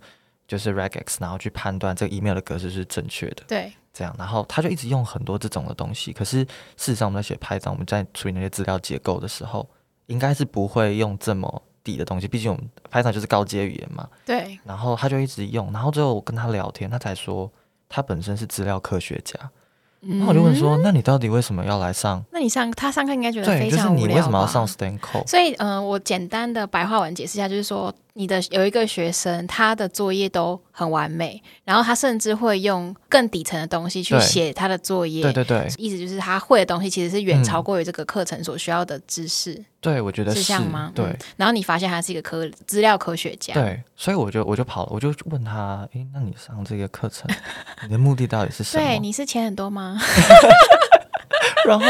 A: 就是 regex，然后去判断这个 email 的格式是正确的。
B: 对，
A: 这样，然后他就一直用很多这种的东西。可是事实上，我们在写 Python，我们在处理那些资料结构的时候，应该是不会用这么底的东西。毕竟我们 Python 就是高阶语言嘛。
B: 对，
A: 然后他就一直用，然后最后我跟他聊天，他才说他本身是资料科学家。
B: 嗯
A: 那我就问说，那你到底为什么要来上？
B: 那你上他上课应该觉得
A: 对，
B: 非
A: 就是
B: 常无聊
A: 你为什么要
B: 吧
A: 上 Stanco？
B: 所以，嗯、我简单的白话文解释一下，就是说，你的有一个学生，他的作业都很完美，然后他甚至会用更底层的东西去
A: 对
B: 写他的作业。
A: 对对对
B: 意思就是他会的东西其实是远
A: 嗯
B: 超过于这个课程所需要的知识，
A: 对，我觉得
B: 是这
A: 是
B: 样吗？
A: 对。
B: 嗯然后你发现他是一个科资料科学家，
A: 对，所以我就我就跑，我就问他，诶，那你上这个课 程，你的目的到底是什
B: 对，
A: 么？
B: 你是钱很多吗？
A: 然后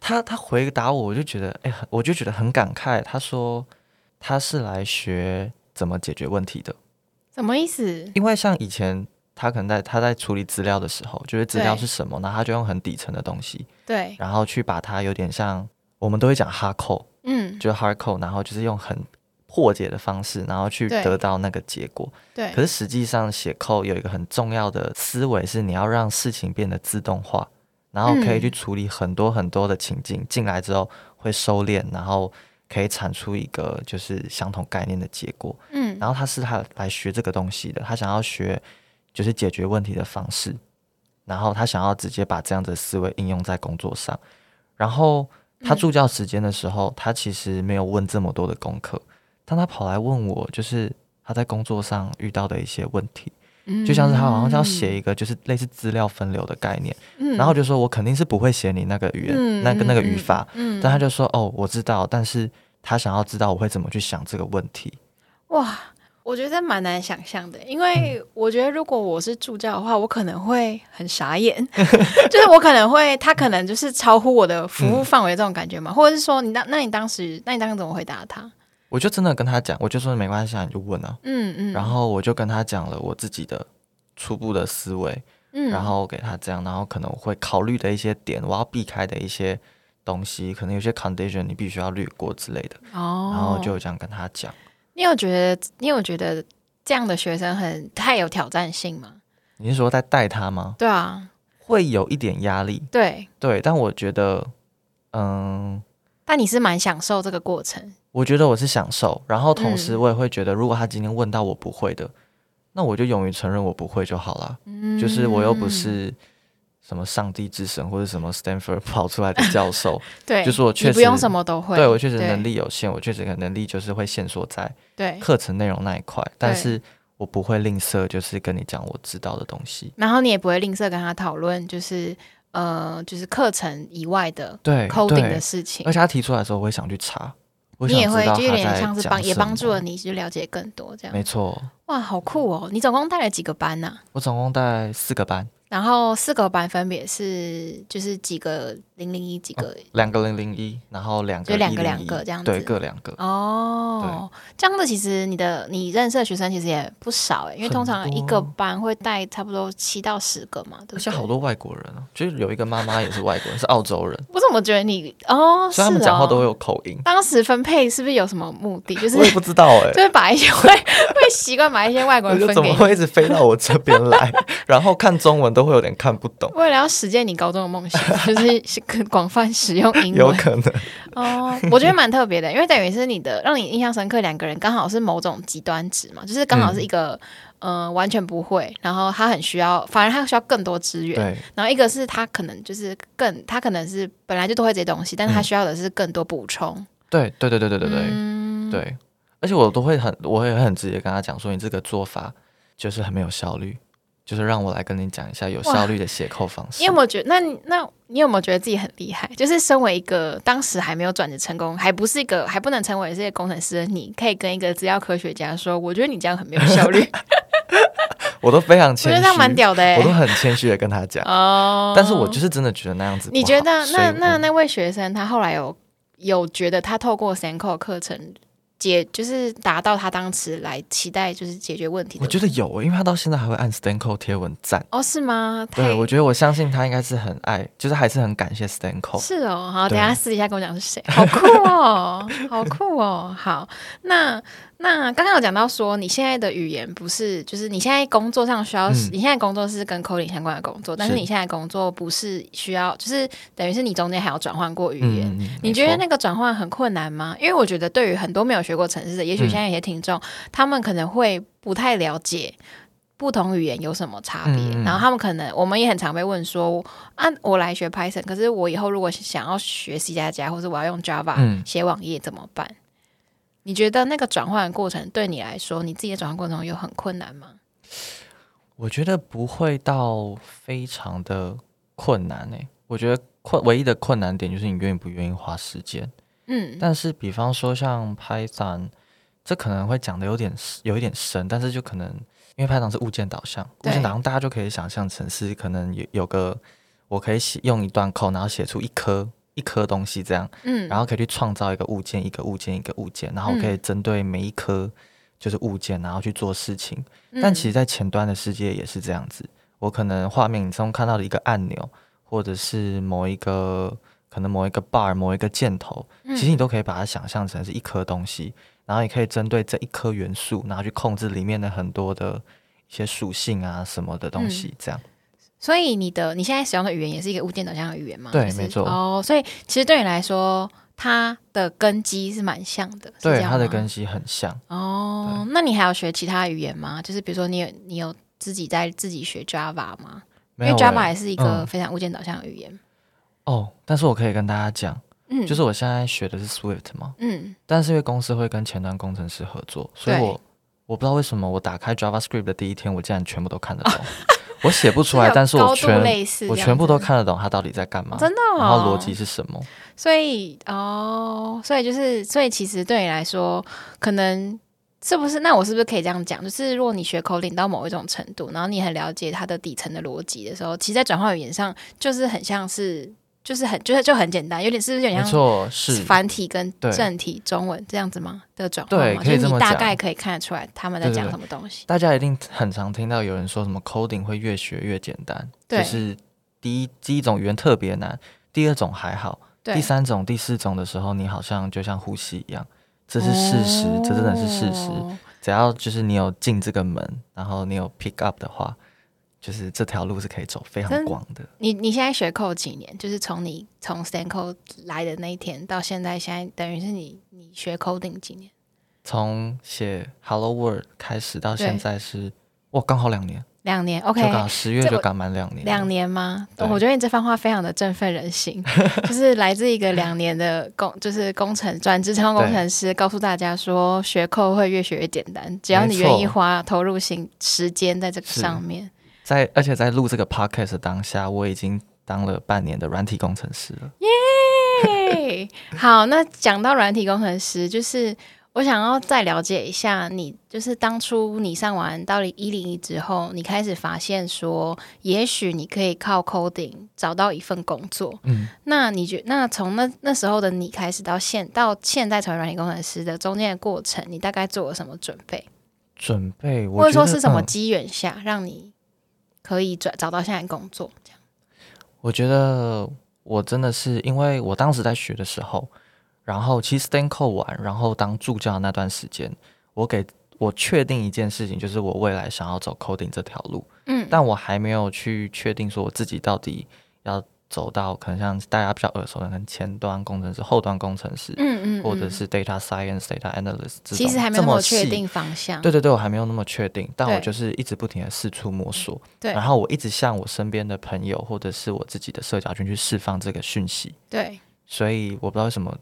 A: 他他回答我，我就觉得哎、很我就觉得很感慨。他说他是来学怎么解决问题的，
B: 什么意思？
A: 因为像以前他可能在他在处理资料的时候，就是资料是什么，然后他就用很底层的东西，
B: 对，
A: 然后去把它有点像我们都会讲 hard code，
B: 嗯，
A: 就是 hard code，然后就是用很破解的方式，然后去
B: 对
A: 得到那个结果。
B: 对
A: 可，是实际上写 code 有一个很重要的思维是，你要让事情变得自动化，然后可以去处理很多很多的情境，进来之后会收敛，然后可以产出一个就是相同概念的结果。
B: 嗯，
A: 然后他是他来学这个东西的，他想要学就是解决问题的方式，然后他想要直接把这样子的思维应用在工作上。然后他
B: 嗯
A: 助教时间的时候，他其实没有问这么多的功课，但他跑来问我，就是他在工作上遇到的一些问题，
B: 嗯
A: 就像是他好像是要写一个就是类似资料分流的概念，
B: 嗯，嗯
A: 然后就说我肯定是不会写你那个语言、
B: 嗯
A: 那个那个
B: 嗯
A: 语法，
B: 嗯，
A: 但他就说哦我知道，但是他想要知道我会怎么去想这个问题，
B: 哇，我觉得蛮难想象的，因
A: 嗯
B: 为我觉得如果我是助教的话，我可能会很傻 眼，就是我可能会，他可能就是超乎我的服务范围这种感觉
A: 嗯
B: 嘛，或者是说你当，那你当时，那你当时怎么回答他？
A: 我就真的跟他讲，我就说没关系啊，你就问啊。
B: 嗯嗯，
A: 然后我就跟他讲了我自己的初步的思维，
B: 嗯，
A: 然后给他这样，然后可能我会考虑的一些点，我要避开的一些东西，可能有些 condition 你必须要略过之类的，
B: 哦，
A: 然后就这样跟他讲。
B: 你有觉得，你有觉得这样的学生很太有挑战性吗？
A: 你是说在带他吗？
B: 对啊，
A: 会有一点压力，
B: 对。
A: 对，但我觉得，嗯，
B: 但你是蛮享受这个过程，
A: 我觉得我是享受，然后同时
B: 嗯
A: 我也会觉得，如果他今天问到我不会的，那我就勇于承认我不会就好了。
B: 嗯
A: 就是我又不是什么上帝之神或者什么 Stanford 跑出来的教授，
B: 对，
A: 就是我确
B: 你不
A: 实
B: 用什么都 会，
A: 对我确实
B: 对
A: 能力有限，我确实可能能力就是会限缩在
B: 对。
A: 课程内容那一块，但
B: 对
A: 是我不会吝啬，就是跟你讲我知道的东西。
B: 然后你也不会吝啬跟他讨论，就是呃，就是课程以外的
A: 对
B: coding 的
A: 对，
B: 事情
A: 而且，他提出来的时候，我会想去查，我
B: 你
A: 想
B: 也
A: 知
B: 会
A: 道
B: 就有
A: 他
B: 点
A: 在
B: 像是
A: 讲
B: 帮也
A: 什
B: 帮助
A: 么
B: 了你，就了解更多这
A: 没
B: 样。
A: 错，
B: 哇，好酷哦！你总共带了几个班呐、啊
A: 我总共带四个班，
B: 然后四个班分别是就是几个零零一几个
A: 两个零零一，然后两个
B: 就两
A: 101
B: 个两个这样子
A: 对，各两个。
B: 哦，这样子其实你的你认识的学生其实也不少哎，因为通常
A: 很多啊
B: 一个班会带差不多七到十个嘛，对
A: 而
B: 不
A: 且
B: 对？
A: 好多外国人哦，就是有一个妈妈也是外国人，是澳洲人，
B: 我怎么觉得你哦，
A: 所以他们
B: 是
A: 讲话
B: 哦
A: 都会有口音，
B: 当时分配是不是有什么目的？就是
A: 我也不知道哎、
B: 就是把一些会会习惯把一些外国
A: 我
B: 人
A: 就
B: 分
A: 怎
B: 给
A: 么
B: 你，
A: 会一直飞到我这边 来？然后看中文都会有点看不懂，
B: 为了要实践你高中 的梦想，就是是更广泛使用英
A: 有
B: 文。
A: 可 能
B: 哦，我觉得蛮特别的，因为等于是你的让你印象深刻，两个人刚好是某种极端值嘛，就是刚
A: 嗯
B: 好是一个、呃完全不会，然后他很需要，反而他需要更多资源，
A: 对
B: 然后一个是他可能就是更他可能是本来就都会这些东西，但是他
A: 嗯
B: 需要的是更多补充。
A: 对对对对对对对、
B: 嗯，
A: 对，而且我都会很，我会很直接跟他讲说，你这个做法就是很没有效率，就是让我来跟你讲一下有效率的写扣方式
B: 你有。没有觉得？那你那你有没有觉得自己很厉害？就是身为一个当时还没有转职成功，还不是一个还不能成为这个工程师的你，可以跟一个资料科学家说，我觉得你这样很没有效率，我
A: 我都非常
B: 觉
A: 谦
B: 得
A: 虚，
B: 这样蛮屌的哎、
A: 我都很谦虚的跟他讲，
B: 哦
A: 但是我就是真的觉得那样子不好。
B: 你觉得
A: 所以
B: 那
A: 我
B: 那那位学生他后来有有觉得他透过 Sanko 课程解，就是达到他当时来期待就是解决问题的？
A: 我觉得有，欸因为他到现在还会按 Stanco 贴文赞。
B: 哦，是吗？太
A: 对，我觉得我相信他应该是很爱，就是还是很感谢 Stanco。
B: 是哦，好，
A: 对啊
B: 等一下私底下跟我讲是谁，好酷哦，好酷哦，好，那那刚刚有讲到说你现在的语言不是，就是你现在工作上需要，
A: 嗯
B: 你现在工作是跟 coding 相关的工作，但是
A: 是
B: 你现在工作不是需要，就是等于是你中间还要转换过语言，
A: 嗯，嗯
B: 你觉得？
A: 没
B: 那个转换很困难吗？因为我觉得对于很多没有学过程式的，也许
A: 嗯
B: 现在有些听众，他们可能会不太了解不同语言有什么差别，
A: 嗯嗯嗯
B: 然后他们可能我们也很常被问说，啊，我来学 Python，可是我以后如果想要学 C 加加，或者我要用 Java
A: 嗯
B: 写网页怎么办？你觉得那个转换的过程对你来说，你自己的转换过程中有很困难吗？
A: 错我觉得不会到非常的困难诶、我觉得困唯一的困难点就是你愿不愿意花时间。
B: 嗯，
A: 但是比方说像 Python，这可能会讲的有点有一点深，但是就可能因为 Python 是物件导向，物
B: 对
A: 件导向大家就可以想象成是可能有有个我可以写用一段扣，然后写出一颗一颗东西这样。
B: 嗯，
A: 然后可以去创造一个物件，一个物件，一个物件，然后我可以针对每一颗就是物件，然后去做事情。但其实，
B: 实
A: 在前端的世界也是这样子，我可能画面中看到的一个按钮，或者是某一个可能某一个 bar、某一个箭头，
B: 嗯
A: 其实你都可以把它想象成是一颗东西，然后也可以针对这一颗元素，然后去控制里面的很多的一些属性啊什么的东
B: 嗯
A: 西，这样。
B: 所以你的你现在使用的语言也是一个物件导向的语言吗？
A: 对
B: 就是
A: 没错
B: 哦，所以其实对你来说，它的根基是蛮像的，是这
A: 对，
B: 样
A: 它的
B: 吗
A: 根系很像。
B: 哦。那你还有学其他语言吗？就是比如说你有你有自己在自己学 Java 吗？
A: 没
B: 因为
A: 有
B: Java
A: 欸
B: 也是一个
A: 嗯
B: 非常物件导向的语言。
A: 哦，但是我可以跟大家讲，
B: 嗯，
A: 就是我现在学的是 Swift 嘛，
B: 嗯
A: 但是因为公司会跟前端工程师合作，所以
B: 对
A: 我我不知道为什么我打开 JavaScript 的第一天，我竟然全部都看得懂。我写不 出来，
B: 有
A: 但是我
B: 高度
A: 全
B: 类似
A: 我
B: 这样
A: 全部
B: 子
A: 都看得懂它到底在干嘛，
B: 真的、哦，
A: 然后逻辑是什么。
B: 所以哦，所以就是，所以其实对你来说，可能是不是？那我是不是可以这样讲？就是如果你学口令到某一种程度，然后你很了解它的底层的逻辑的时候，其实，在转换语言上，就是很像是，就是很，就是就很简单，有点是不是有
A: 没
B: 点像
A: 错，是
B: 繁体跟
A: 对
B: 正体中文这样子吗？的转换
A: 对
B: 吗？
A: 可
B: 就
A: 以
B: 是
A: 这
B: 你
A: 么
B: 大
A: 讲
B: 概可以看得出来他们在
A: 对对
B: 讲
A: 对
B: 什么东西。
A: 大家一定很常听到有人说什么 coding 会越学越简单，
B: 对
A: 就是第一第一种语言特别难，第二种还好，
B: 对
A: 第三种、第四种的时候，你好像就像呼吸一样，这是事实，这真的是事实。
B: 哦
A: 只要就是你有进这个门，然后你有 pick up 的话，就是这条路是可以走非常
B: 真
A: 广的。
B: 你你现在学扣几年？就是从你从 Stan Code 来的那一天到现在，现在等于是你你学 coding 几年？
A: 从写 Hello World 开始到现
B: 对
A: 在是哇，刚好两年，
B: 两年
A: 就
B: ，OK，
A: 刚好十月
B: 这
A: 就
B: 我
A: 刚满两年了，
B: 两年吗？
A: 对
B: 我觉得你这番话非常的振奋 人心，就是来自一个两年的工，就是工程转职成功工程师，告诉大家说学扣会越学越简单，只要你
A: 没错
B: 愿意花投入心时间在这个上面。
A: 在而且在录这个 podcast 的当下，我已经当了半年的软体工程师了。
B: 嘿，好，那讲到软体工程师，就是我想要再了解一下你，就是当初你上完到一零一之后，你开始发现说，也许你可以靠 coding 找到一份工作。
A: 嗯，
B: 那你觉那从那那时候的你开始到现到现在成为软体工程师的中间的过程，你大概做了什么准备，
A: 准备我
B: 或者说
A: 觉得
B: 是什么
A: 嗯
B: 机缘下、让你可以转找到现在的工作？这样
A: 我觉得我真的是因为我当时在学的时候，然后其实 Stan c o 完，然后当助教那段时间，我给我确定一件事情，就是我未来想要走 coding 这条路，
B: 嗯，
A: 但我还没有去确定说我自己到底要走到可能像大家比较耳熟的，可能前端工程师、后端工程师，
B: 嗯嗯嗯，
A: 或者是 data science、data analyst 这种，
B: 其实还没有
A: 这
B: 那么
A: 细
B: 确定方向。
A: 对对对，我还没有那么确定，但我
B: 对
A: 就是一直不停的四处摸索。
B: 对
A: 然后我一直向我身边的朋友或者是我自己的社交圈去释放这个讯息，
B: 对
A: 所以我不知道为什么，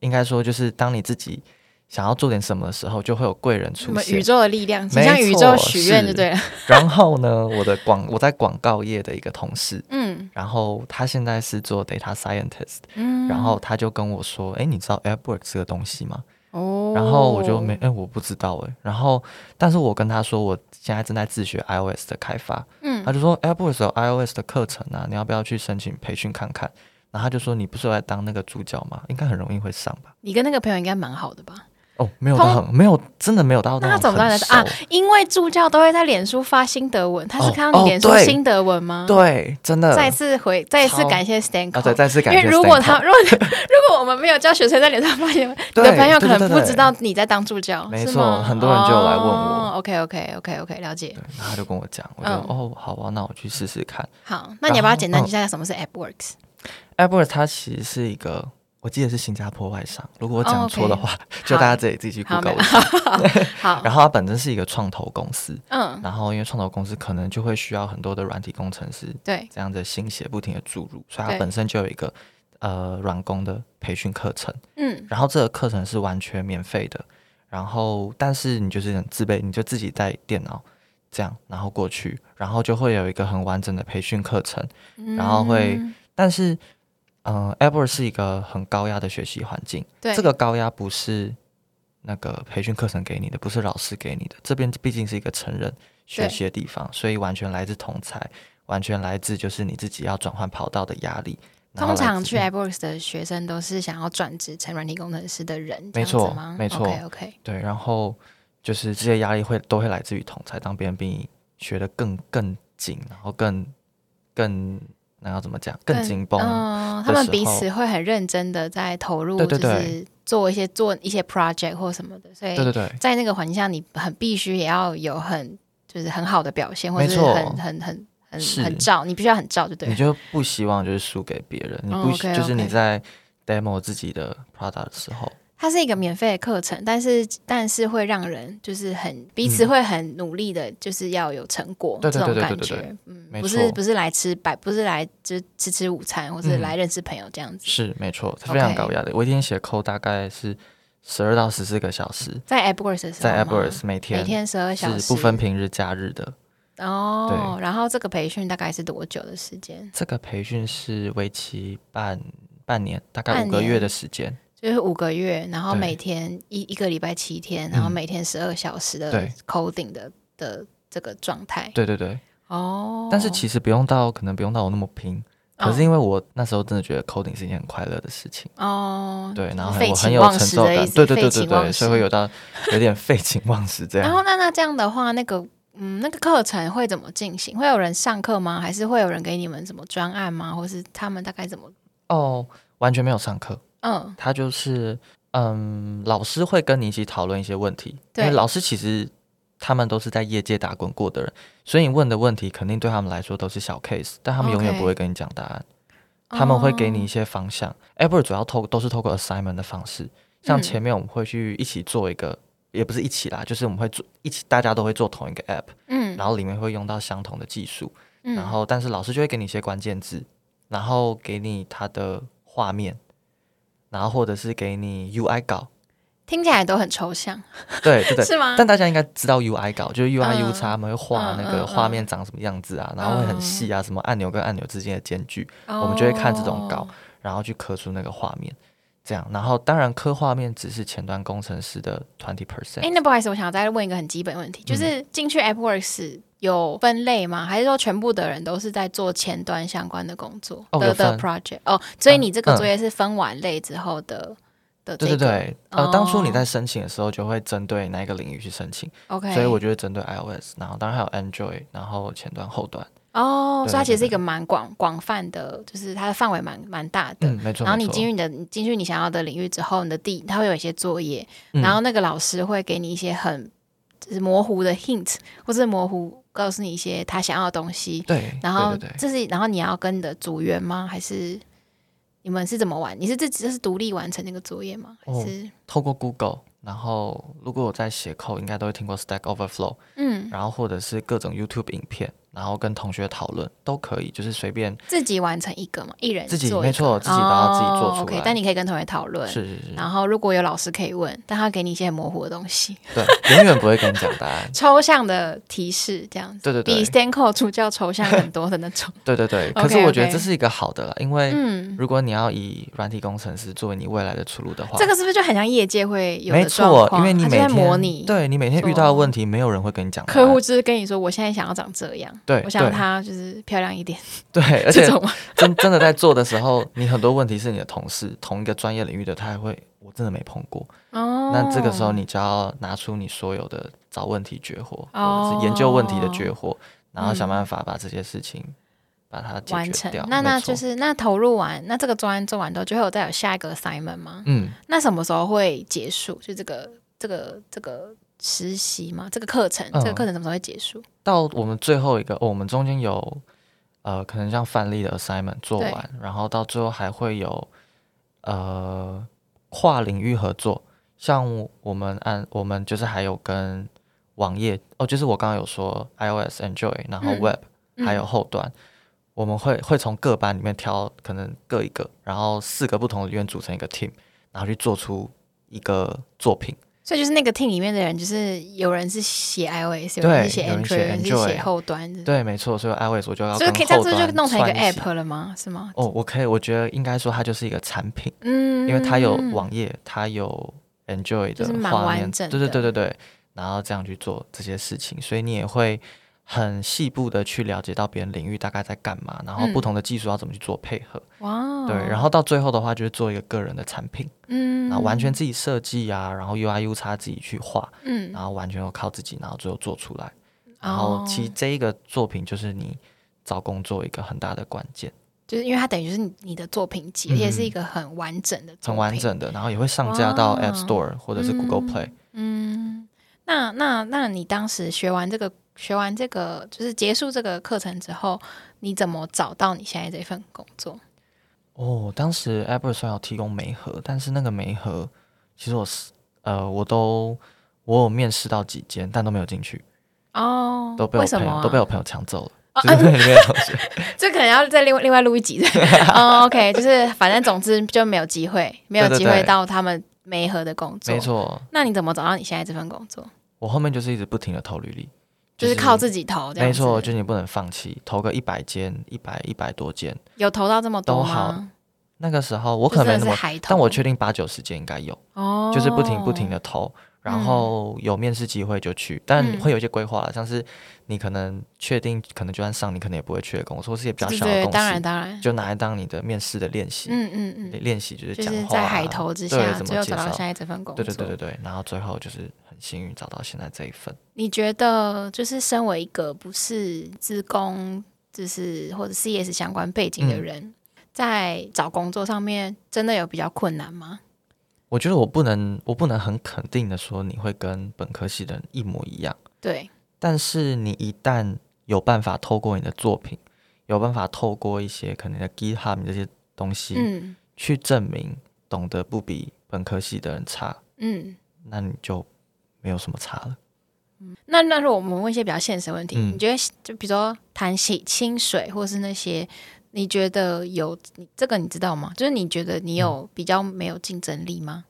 A: 应该说就是当你自己想要做点什么的时候，就会有贵人
B: 什
A: 出
B: 么宇
A: 现。
B: 宙的力量，
A: 没
B: 请向宇宙
A: 错
B: 许愿就是对了。
A: 然后呢，我的广我在广告业的一个同事，
B: 嗯
A: 然后他现在是做 data scientist，、
B: 嗯，
A: 然后他就跟我说：“哎，你知道 AppWork 这个东西吗？”
B: 哦，
A: 然后我就没，哎、我不知道哎、然后，但是我跟他说，我现在正在自学 iOS 的开发。
B: 嗯
A: 他就说哎 Apple 有 iOS 的课程啊，你要不要去申请培训看看？然后他就说，你不是有在当那个助教吗？应该很容易会上吧？
B: 你跟那个朋友应该蛮好的吧？
A: 哦，没有到很，没有，真的没有到
B: 那他
A: 种
B: 怎么到
A: 很
B: 的
A: 熟。
B: 啊？因为助教都会在脸书发心得文，他是
A: 哦
B: 看到
A: 哦
B: 你脸书
A: 对
B: 心得文吗？。
A: 对，真的。
B: 嗯再次回，再次
A: 超
B: 感谢 Stan
A: 啊，
B: Cole
A: 对，再次感
B: 因
A: 谢
B: 为
A: Stan Cole。
B: 如果他，如果如果我们没有教学生在脸上发现，你
A: 对
B: 的朋友可能
A: 对对对
B: 不知道你在当助教，
A: 没
B: 是
A: 错
B: 吗
A: 很多人就有来问我
B: 哦、OK OK OK OK，了解。
A: 对，然后他就跟我讲，我就、
B: 嗯
A: 哦，好啊，那我去试试看。
B: 好，那你要不要
A: 然后
B: 简单
A: 嗯
B: 介绍一下什么是 AppWorks？
A: Apple 它其实是一个，我记得是新加坡外商，如果我
B: 哦
A: 讲
B: ，OK
A: 错的话， 就
B: 好
A: 大家自己自己去
B: 好，没
A: Google
B: 有
A: 一下。
B: 好，
A: 然后它本身是一个创投公司，
B: 嗯，
A: 然后因为创投公司可能就会需要很多的软体工程师
B: 对，
A: 这样的心血不停的注入，所以它
B: 对
A: 本身就有一个呃软工的培训课程，
B: 嗯，
A: 然后这个课程是完全免费的，然后但是你就是很自备，你就自己带电脑这样，然后过去，然后就会有一个很完整的培训课程，然后会
B: 嗯
A: 但是。嗯、a p p l e 是一个很高压的学习环境，
B: 对
A: 这个高压不是那个培训课程给你的，不是老师给你的。这边毕竟是一个成人学习的地方，所以完全来自同才，完全来自就是你自己要转换跑道的压力。然后
B: 通
A: 来嗯
B: 常
A: 自
B: 去 AppWorks 的学生都是想要转职成软体工程师的人，
A: 没错没错
B: OK OK，
A: 对，然后就是这些压力会都会来自于同才，当别人比你学的更更紧，然后更更那要怎么讲，更紧绷。
B: 嗯，
A: 的
B: 他们
A: 时
B: 彼
A: 候
B: 此会很认真的在投入，
A: 对对
B: 就
A: 对
B: 是做一些做一些 project 或什么的，所以
A: 对对对，
B: 在那个环境下，你很必须也要有很就是很好的表现，或者
A: 没
B: 是
A: 错
B: 很很很很
A: 是
B: 很照，你必须要很照，就对
A: 你
B: 了。
A: 就不希望就是输给别人，你
B: 哦
A: 不、
B: OK，
A: 就是你
B: OK
A: 在 demo 自己的 product 的时候，
B: 它是一个免费的课程，但是但是会让人就是很彼此
A: 嗯
B: 会很努力的，就是要有成果
A: 对
B: 这
A: 对对
B: 种
A: 对
B: 感
A: 对对
B: 觉。嗯，
A: 没
B: 不是
A: 错
B: 不是来吃白，不是来就是吃吃午餐，或是
A: 嗯
B: 来认识朋友这样子。
A: 是没错，
B: OK
A: 非常高压的。我一天写扣大概是十二到十四个小时，
B: 在 AppWorks 的时候
A: 在
B: 吗
A: AppWorks 每天
B: 每天十二小时
A: 是不分平日假日的。
B: 哦。然后这个培训大概是多久的时间？
A: 这个培训是为期半半年，大概
B: 半
A: 五个月
B: 年
A: 的时间。
B: 就是五个月，然后
A: 对
B: 每天一一个礼拜七天，然后
A: 嗯
B: 每天十二小时的
A: 对
B: coding 的的这个状态。
A: 对对对，
B: 哦，
A: 但是其实不用到，可能不用到我那么拼。可是
B: 哦
A: 因为我那时候真的觉得 coding 是一件很快乐的事情，
B: 哦，
A: 对，然后
B: 废
A: 很我
B: 寝
A: 很有
B: 忘
A: 成
B: 食
A: 就
B: 的意
A: 感，
B: 思
A: 对对
B: 废
A: 对
B: 寝
A: 对
B: 忘
A: 对，所以
B: 食
A: 会有到有点废寝忘食这
B: 然
A: 样。
B: 后那那这样的话，那个嗯，那个课程会怎么进行？会有人上课吗？还是会有人给你们什么专案吗？或是他们大概怎么？
A: 哦，完全没有上课，
B: 嗯，
A: 他就是嗯，老师会跟你一起讨论一些问题，因
B: 对
A: 为老师其实他们都是在业界打滚过的人，所以你问的问题肯定对他们来说都是小 case，但他们永远
B: OK
A: 不会跟你讲答案。他们会给你一
B: 哦
A: 些方向。Apple 主要透都是透过 assignment 的方式，像
B: 嗯
A: 前面我们会去一起做一个，也不是一起啦，就是我们会做一起，大家都会做同一个 app，
B: 嗯，
A: 然后里面会用到相同的技术，
B: 嗯
A: 然后但是老师就会给你一些关键字，然后给你它的画面，然后或者是给你 UI 稿，
B: 听起来都很抽象，
A: 对对对。
B: 是吗？
A: 但大家应该知道 UI 稿，就是 UI
B: 嗯
A: U 叉，他们会画那
B: 嗯嗯
A: 个
B: 嗯
A: 画面长什么样子啊，然后会很细啊，什么按钮跟按钮之间的间距，我们就会看这种稿
B: 哦，
A: 然后去刻出那个画面，这样。然后当然刻画面只是前端工程师的 twenty
B: 哎、
A: percent。
B: 那不好意思，我想再问一个很基本问题，
A: 嗯
B: 就是进去 AppWorks 有分类吗？还是说全部的人都是在做前端相关的工作
A: 哦
B: 的
A: 有分
B: 的 project？哦，所以
A: 嗯
B: 你这个
A: 嗯
B: 作业是分完类之后的、的这
A: 对
B: 个
A: 对对，呃，当初你
B: 哦
A: 在申请的时候就会针对哪一个领域去申请，
B: ，OK，
A: 所以我就会针对 iOS，然后当然还有 Android，然后前端后端。
B: 哦，
A: 对
B: 所以它
A: 对
B: 其实是
A: 对啊
B: 一个蛮广广泛的，就是它的范围蛮蛮大的。
A: 嗯，没错。
B: 然后
A: 没
B: 你
A: 错
B: 进去你的你进去你想要的领域之后，你的地它会有一些作业，
A: 嗯
B: 然后那个老师会给你一些很就是模糊的 hint，或是模糊告诉你一些他想要的东西。
A: 对，
B: 然后
A: 对对对
B: 这是然后你要跟你的组员吗？还是你们是怎么玩？你是自己这是独立完成那个作业吗？还
A: 哦
B: 是、
A: 透过 Google，然后如果我在写扣，应该都会听过 Stack Overflow，
B: 嗯
A: 然后或者是各种 YouTube 影片，然后跟同学讨论都可以，就是随便。
B: 自己完成一个嘛？一人
A: 自己
B: 做一
A: 没
B: 个
A: 错自己把它自己做
B: 哦
A: 出
B: OK，
A: 来
B: 但你可以跟同学讨论。
A: 是是是，
B: 然后如果有老师可以问，但他给你一些很模糊的东西，。
A: 对，永远不会跟你讲答案
B: 抽象的提示这样子，
A: 对对
B: 比
A: 对
B: Stanco 助教抽象很多的 那种。
A: 对对对，可
B: OK，
A: 是我觉得
B: OK
A: 这是一个好的啦，因为
B: 嗯，
A: 如果你要以软体工程师作为你未来的出路的话，
B: 这个是不是就很像业界会有
A: 没
B: 的状
A: 错，
B: 况？
A: 因
B: 啊
A: 为你
B: 他
A: 每
B: 就在
A: 天
B: 模拟
A: 对你每天遇到的问题，没有人会跟你讲答案。
B: 客户，就是跟你说，我现在想要长这样，
A: 对
B: 我想要
A: 对
B: 她就是漂亮一点，
A: 对，而
B: 这
A: 且
B: 种吗？
A: 真真的在做的时候，你很多问题是你的同事同一个专业领域的，他还会我真的没碰过。
B: 哦，
A: 那这个时候你就要拿出你所有的找问题绝活，
B: 哦
A: 或者是研究问题的绝活，然后
B: 嗯
A: 想办法把这些事情把它解
B: 完
A: 决
B: 成
A: 掉。，
B: 那那
A: 没错
B: 就是那投入完，那这个专案做完之后，就会有再有下一个 assignment 吗？
A: 嗯，
B: 那什么时候会结束？就这个这个这个实习吗？这个课程，
A: 嗯
B: 这个课程什么时候会结束？
A: 到我们最后一个，哦、我们中间有呃，可能像范例的 assignment 做完，然后到最后还会有呃跨领域合作，像我们按我们就是还有跟网页哦，就是我刚刚有说 iOS、Android，然后
B: 嗯
A: Web、
B: 嗯
A: 还有后端，我们会会从各班里面挑可能各一个，然后四个不同的院组成一个 team，然后去做出一个作品。
B: 所以就是那个 team 里面的人，就是有人是写 iOS，有人是写
A: 有人
B: Android，
A: 写
B: 有人是
A: Android
B: 写后端的，
A: 对，没错，所以 iOS 我就要
B: 嗯
A: 跟
B: 所以
A: 后
B: 可以
A: 端
B: 这样子就弄成一个
A: 串起
B: app 了吗？是吗？
A: 哦，我可以，我觉得应该说它就是一个产品，
B: 嗯，
A: 因为它有网页，它有 Enjoy
B: 就
A: 的
B: 是蛮
A: 画
B: 完
A: 面，
B: 整
A: 对对
B: 的
A: 对对对，然后这样去做这些事情，所以你也会很细部的去了解到别人领域大概在干嘛，然后不
B: 嗯
A: 同的技术要怎么去做配合，
B: 哇，哦
A: 对，然后到最后的话就是做一个个人的产品，
B: 嗯，
A: 然后完全自己设计啊，然后 UI U 叉自己去画，
B: 嗯，
A: 然后完全要靠自己，然后最后做出来，然后其实
B: 哦
A: 这一个作品就是你找工作一个很大的关键。
B: 就是因为它等于就是你你的作品集，
A: 嗯
B: 而且是一个很完整的，
A: 很完，整的，然后也会上架到
B: 哇
A: App Store 或者是 Google Play。
B: 嗯，那那那你当时学完这个，学完这个就是结束这个课程之后，你怎么找到你现在这份工作？
A: 哦，当时 Apple 虽然有提供媒合，但是那个媒合其实我是呃我都我有面试到几间，但都没有进去，
B: 哦，
A: 都被
B: 为
A: 我
B: 什
A: 朋
B: 么
A: 友、
B: 啊、
A: 都被我朋友抢走了。
B: 哦
A: 就是那个同 学，
B: 这可能要再另外另外录 一集。哦，OK，就是反正总之就没有机会，没有
A: 对对
B: 机会
A: 对
B: 到他们媒合的工作。
A: 没。错，
B: 那你怎么找到你现在这份工作？
A: 我后面就是一直不停的投履历，
B: 就是靠自己投，这样
A: 没错，
B: 子
A: 就是你不能放弃，投个一百间、一百一百多间。
B: 有投到这么多
A: 都
B: 吗？
A: 好那个时候我
B: 我
A: 可能没那
B: 是
A: 么，
B: 海投，
A: 但我确定八九十间应该有。
B: 哦，
A: 就是不停不停的投，然
B: 嗯
A: 后有面试机会就去，但
B: 嗯
A: 会有一些规划啦，像是你可能确定，可能就算上，你可能也不会去的公司，或是也比较
B: 对对
A: 小的
B: 对，
A: 公
B: 当然
A: 司，
B: 当然，
A: 就拿来当你的面试的练习，
B: 嗯嗯嗯，
A: 练习就是
B: 就
A: 讲
B: 是
A: 话、
B: 在
A: 啊，
B: 海投之
A: 对
B: 下，
A: 怎
B: 最
A: 么
B: 后
A: 介
B: 找到
A: 绍
B: 现，在这份工作。
A: 对对对对对，然后最后就是很幸运找到现在这一份，
B: 你觉得就是身为一个不是资工，就是或者 CS 相关背景的
A: 嗯
B: 人，在找工作上面真的有比较困难吗？
A: 我觉得我不能我不能很肯定的说你会跟本科系的人一模一样，
B: 对，
A: 但是你一旦有办法透过你的作品，有办法透过一些可能的 GitHub 这些东西、
B: 嗯
A: 去证明懂得不比本科系的人差，
B: 嗯。
A: 那你就没有什么差了。
B: 那那如果我们问一些比较现实的问题，
A: 嗯
B: 你觉得就比如说谈薪薪水，或是那些你觉得有你这个你知道吗？就是你觉得你
A: 嗯
B: 有比较没有竞争力吗？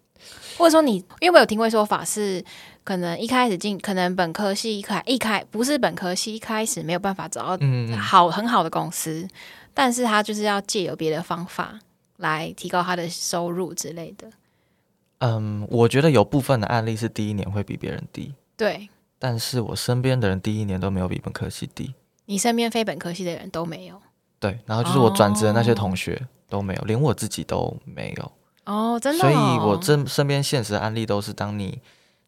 B: 或者说你，因为我有听过说法是，可能一开始进，可能本科系一开一开不是本科系一开始没有办法找到
A: 嗯，
B: 好很好的公司，但是他就是要借由别的方法来提高他的收入之类的。
A: 嗯，我觉得有部分的案例是第一年会比别人低，
B: 对
A: 但是我身边的人第一年都没有比本科系低。
B: 你身边非本科系的人都没有
A: 对，然后就是我转职的那些
B: 哦
A: 同学都没有，连我自己都没有。
B: 哦，真的、
A: 所
B: 哦，
A: 以我真身边现实的案例都是，当你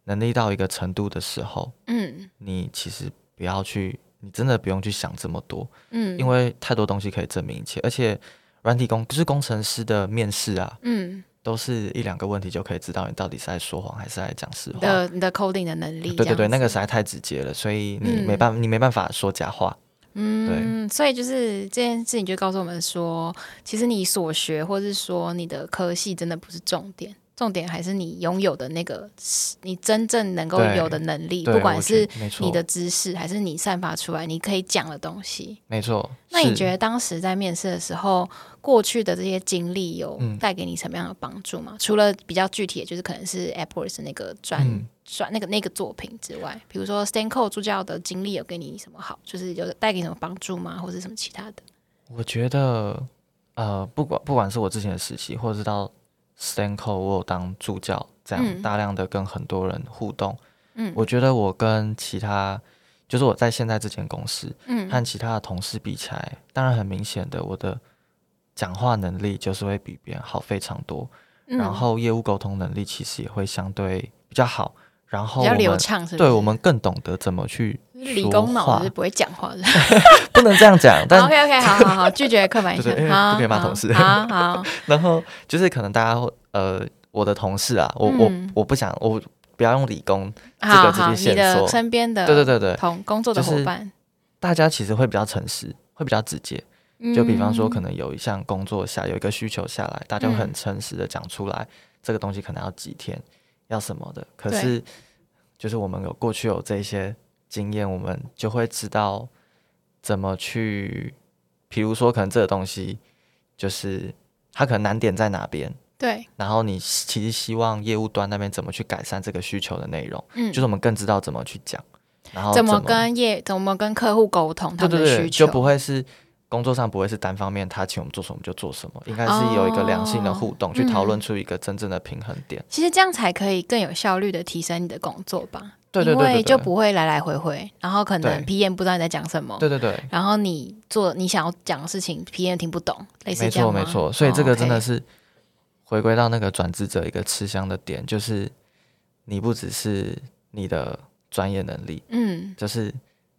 A: 能力到一个程度的时候，
B: 嗯
A: 你其实不要去，你真的不用去想这么多，
B: 嗯，
A: 因为太多东西可以证明一切。而且，软体工不是工程师的面试啊，
B: 嗯，
A: 都是一两个问题就可以知道你到底是在说谎还是在讲实
B: 你
A: 话。
B: 的你的 coding 的能力，
A: 对对对，那
B: 个，
A: 个实在太直接了，所以你
B: 嗯
A: 没办法，你没办法说假话。
B: 嗯，所以就是这件事情就告诉我们说，其实你所学或是说你的科系真的不是重点。重点还是你拥有的那个，你真正能够
A: 对
B: 有的能力，
A: 对
B: 不管
A: 我觉
B: 是
A: 得没错
B: 你的知识，还是你散发出来你可以讲的东西。
A: 没错，
B: 那你
A: 是
B: 觉得当时在面试的时候，过去的这些经历有
A: 嗯
B: 带给你什么样的帮助吗？除了比较具体的，就是可能是 AppWorks 那个专
A: 嗯
B: 专、那个那个作品之外，比如说 Stanco 助教的经历有给你什么好，就是有带给你什么帮助吗？或者什么其他的？
A: 我觉得，呃，不管不管是我之前的实习，或者是到 Stanco，我有当助教，这样、
B: 嗯
A: 大量的跟很多人互动。
B: 嗯
A: 我觉得我跟其他，就是我在现在这间公司
B: 嗯
A: 和其他的同事比起来，当然很明显的，我的讲话能力就是会比别人好非常多，
B: 嗯
A: 然后业务沟通能力其实也会相对比较好。然后
B: 比较
A: 我
B: 流
A: 们
B: 畅，是不是？
A: 对我们更懂得怎么去
B: 理
A: 说
B: 工脑
A: 话
B: 就是，不会讲话的。
A: 不能这样 讲， 但
B: OK OK，好好好，拒绝刻板印象
A: 对对因，为
B: 好，
A: 不可以骂
B: 好
A: 同事
B: 好好，
A: 然后就是可能大家会呃，我的同事啊，我、
B: 嗯
A: 我我不想我不要用理工，
B: 好
A: 个
B: 好
A: 直接
B: 好，你
A: 线
B: 的
A: 索
B: 身边的
A: 对对对对，
B: 呃同工作的
A: 就是
B: 伙伴，
A: 大家其实会比较诚实，会比较直接。就比方说，
B: 嗯
A: 可能有一项工作下有一个需求下来，大家会
B: 嗯
A: 很诚实的讲出来，这个东西可能要几天，要什么的。可
B: 对
A: 是就是我们有过去有这些经验，我们就会知道怎么去，比如说可能这个东西就是它可能难点在哪边，
B: 嗯对，
A: 然后你其实希望业务端那边怎么去改善这个需求的内容，
B: 嗯
A: 就是我们更知道怎么去讲，然后
B: 怎
A: 哦么
B: 么跟业怎么跟客户沟通他
A: 对
B: 们
A: 对
B: 的
A: 对，
B: 需求，
A: 就不会是工作上不会是单方面他请我们做什么我们就做什么，应该是有一个良性的互动，
B: 哦
A: 去讨论
B: 嗯
A: 出一个真正的平衡点。
B: 其实这样才可以更有效率的提升你的工作吧。
A: 对对对对
B: 因
A: 对
B: 为就不会来来回回，然后可能 PM 不知道你在讲什么，
A: 对对对，
B: 然后你做你想要讲的事情，PM 听不懂，类似
A: 没
B: 这样
A: 错
B: 吗
A: 没错，所以这个真的、
B: 哦
A: 是回归到那个转职者一个吃香的点，就是你不只是你的专业能力，
B: ，OK 嗯，
A: 就是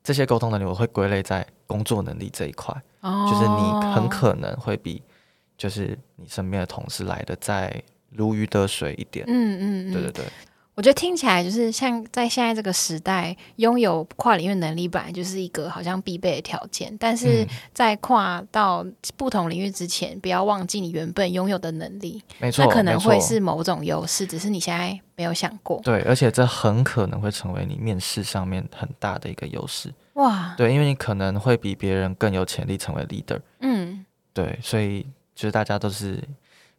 A: 这些沟通能力，我会归类在工作能力这一块。
B: 哦，
A: 就是你很可能会比就是你身边的同事来的再如鱼得水一点。
B: 嗯，嗯嗯，
A: 对对对，
B: 我觉得听起来就是像在现在这个时代，拥有跨领域能力本来就是一个好像必备的条件，但是
A: 嗯
B: 在跨到不同领域之前，不要忘记你原本拥有的能力，
A: 没错，
B: 那可能
A: 没错
B: 会是某种优势，只是你现在没有想过。
A: 对，而且这很可能会成为你面试上面很大的一个优势。
B: 哇，
A: 对，因为你可能会比别人更有潜力成为 leader。
B: 嗯，
A: 对，所以就是大家都是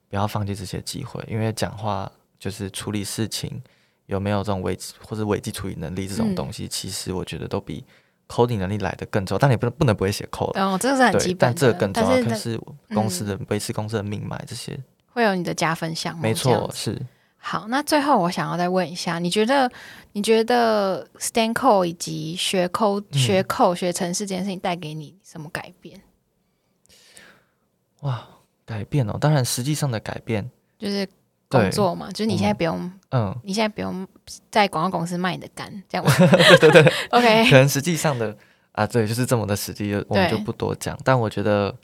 A: 不要放弃这些机会，因为讲话就是处理事情有没有这种危机或者危机处理能力这种
B: 嗯
A: 东西，其实我觉得都比 coding 能力来的更重要。但你不能不能不会写 code 啦
B: 哦，这个是很
A: 呃对，
B: 基本
A: 但
B: 的，
A: 这个更重
B: 但
A: 要。可
B: 那嗯
A: 是公司的维持公司的命脉这些，
B: 会有你的加分项目，哦
A: 没
B: 这样
A: 错，
B: 子。
A: 是
B: 好，那最后我想要再问一下，你觉得你觉得 stand code 以及学 code、
A: 嗯
B: 学 code 学程式这件事情带给你什么改变？
A: 哇，改变哦。当然，实际上的改变，
B: 就是工
A: 对，
B: 作嘛，就是你现在不用，
A: 嗯，
B: 你现在不用在广告公司卖你的肝，这样吗？对对
A: 嗯
B: 对
A: 可
B: ，OK，
A: 能实际上的啊，对，就是这么的实际，我们就
B: 哎对
A: 不多讲。但我觉得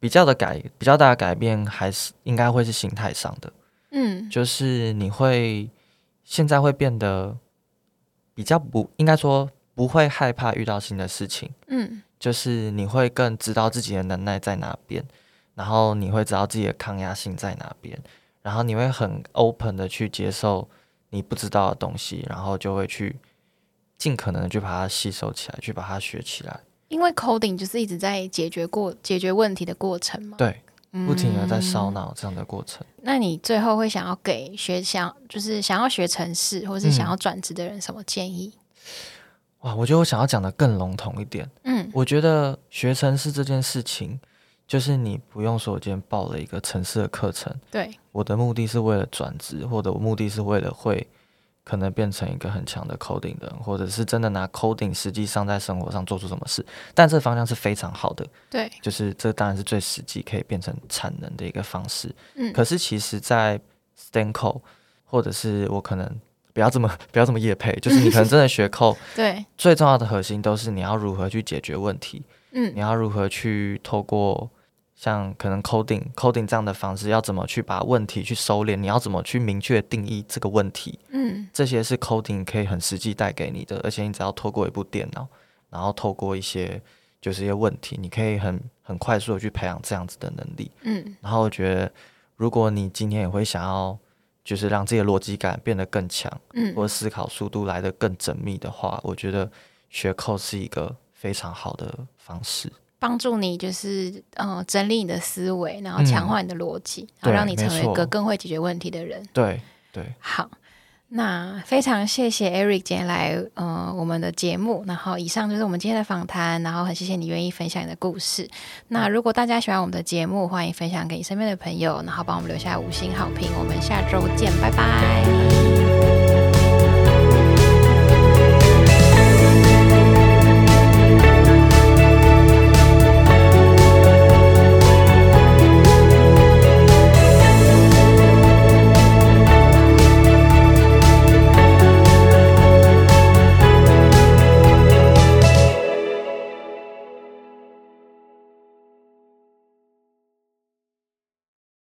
A: 比较的改，比较大的改变还是应该会是心态上的，
B: 嗯，
A: 就是你会现在会变得比较不，应该说不会害怕遇到新的事情，
B: 嗯
A: 就是你会更知道自己的能耐在哪边，然后你会知道自己的抗压性在哪边，然后你会很 open 的去接受你不知道的东西，然后就会去尽可能的去把它吸收起来，去把它学起来，
B: 因为 coding 就是一直在解决过解决问题的过程嘛，
A: 对，
B: 嗯，
A: 不停的在烧脑这样的过程。
B: 那你最后会想要给学想就是想要学城市或是想要转职的人什么建议？
A: 哇，我觉得我想要讲的更笼统一点，
B: 嗯
A: 我觉得学城市这件事情，就是你不用说我今天报了一个城市的课程。
B: 对，
A: 我的目的是为了转职，或者我目的是为了会可能变成一个很强的 coding 的人，或者是真的拿 coding 实际上在生活上做出什么事。但这方向是非常好的，
B: 对，
A: 就是这当然是最实际可以变成产能的一个方式。
B: 嗯，
A: 可是其实，在 Stanco 或者是我可能不要这么不要这么业配，就是你可能真的学 code，
B: 对，
A: 最重要的核心都是你要如何去解决问题。你
B: 嗯
A: 要如何去透过像可能 coding coding 这样的方式，要怎么去把问题去收敛？你要怎么去明确定义这个问题？
B: 嗯
A: 这些是 coding 可以很实际带给你的，而且你只要透过一部电脑，然后透过一些就是一些问题，你可以很很快速的去培养这样子的能力。
B: 嗯，
A: 然后我觉得，如果你今天也会想要就是让自己的逻辑感变得更强，
B: 嗯，
A: 或思考速度来得更缜密的话，我觉得学 code 是一个非常好的方式。
B: 帮助你就是呃整理你的思维，然后
A: 嗯
B: 强化你的逻辑，然后
A: 对啊
B: 让你成
A: 没
B: 为
A: 错
B: 一个更会解决问题的人。
A: 对对，
B: 好，那非常谢谢 Eric 今天来呃我们的节目，然后以上就是我们今天的访谈，然后很谢谢你愿意分享你的故事。那如果大家喜欢我们的节目，欢迎分享给你身边的朋友，然后帮我们留下五星好评。我们下周见，拜拜。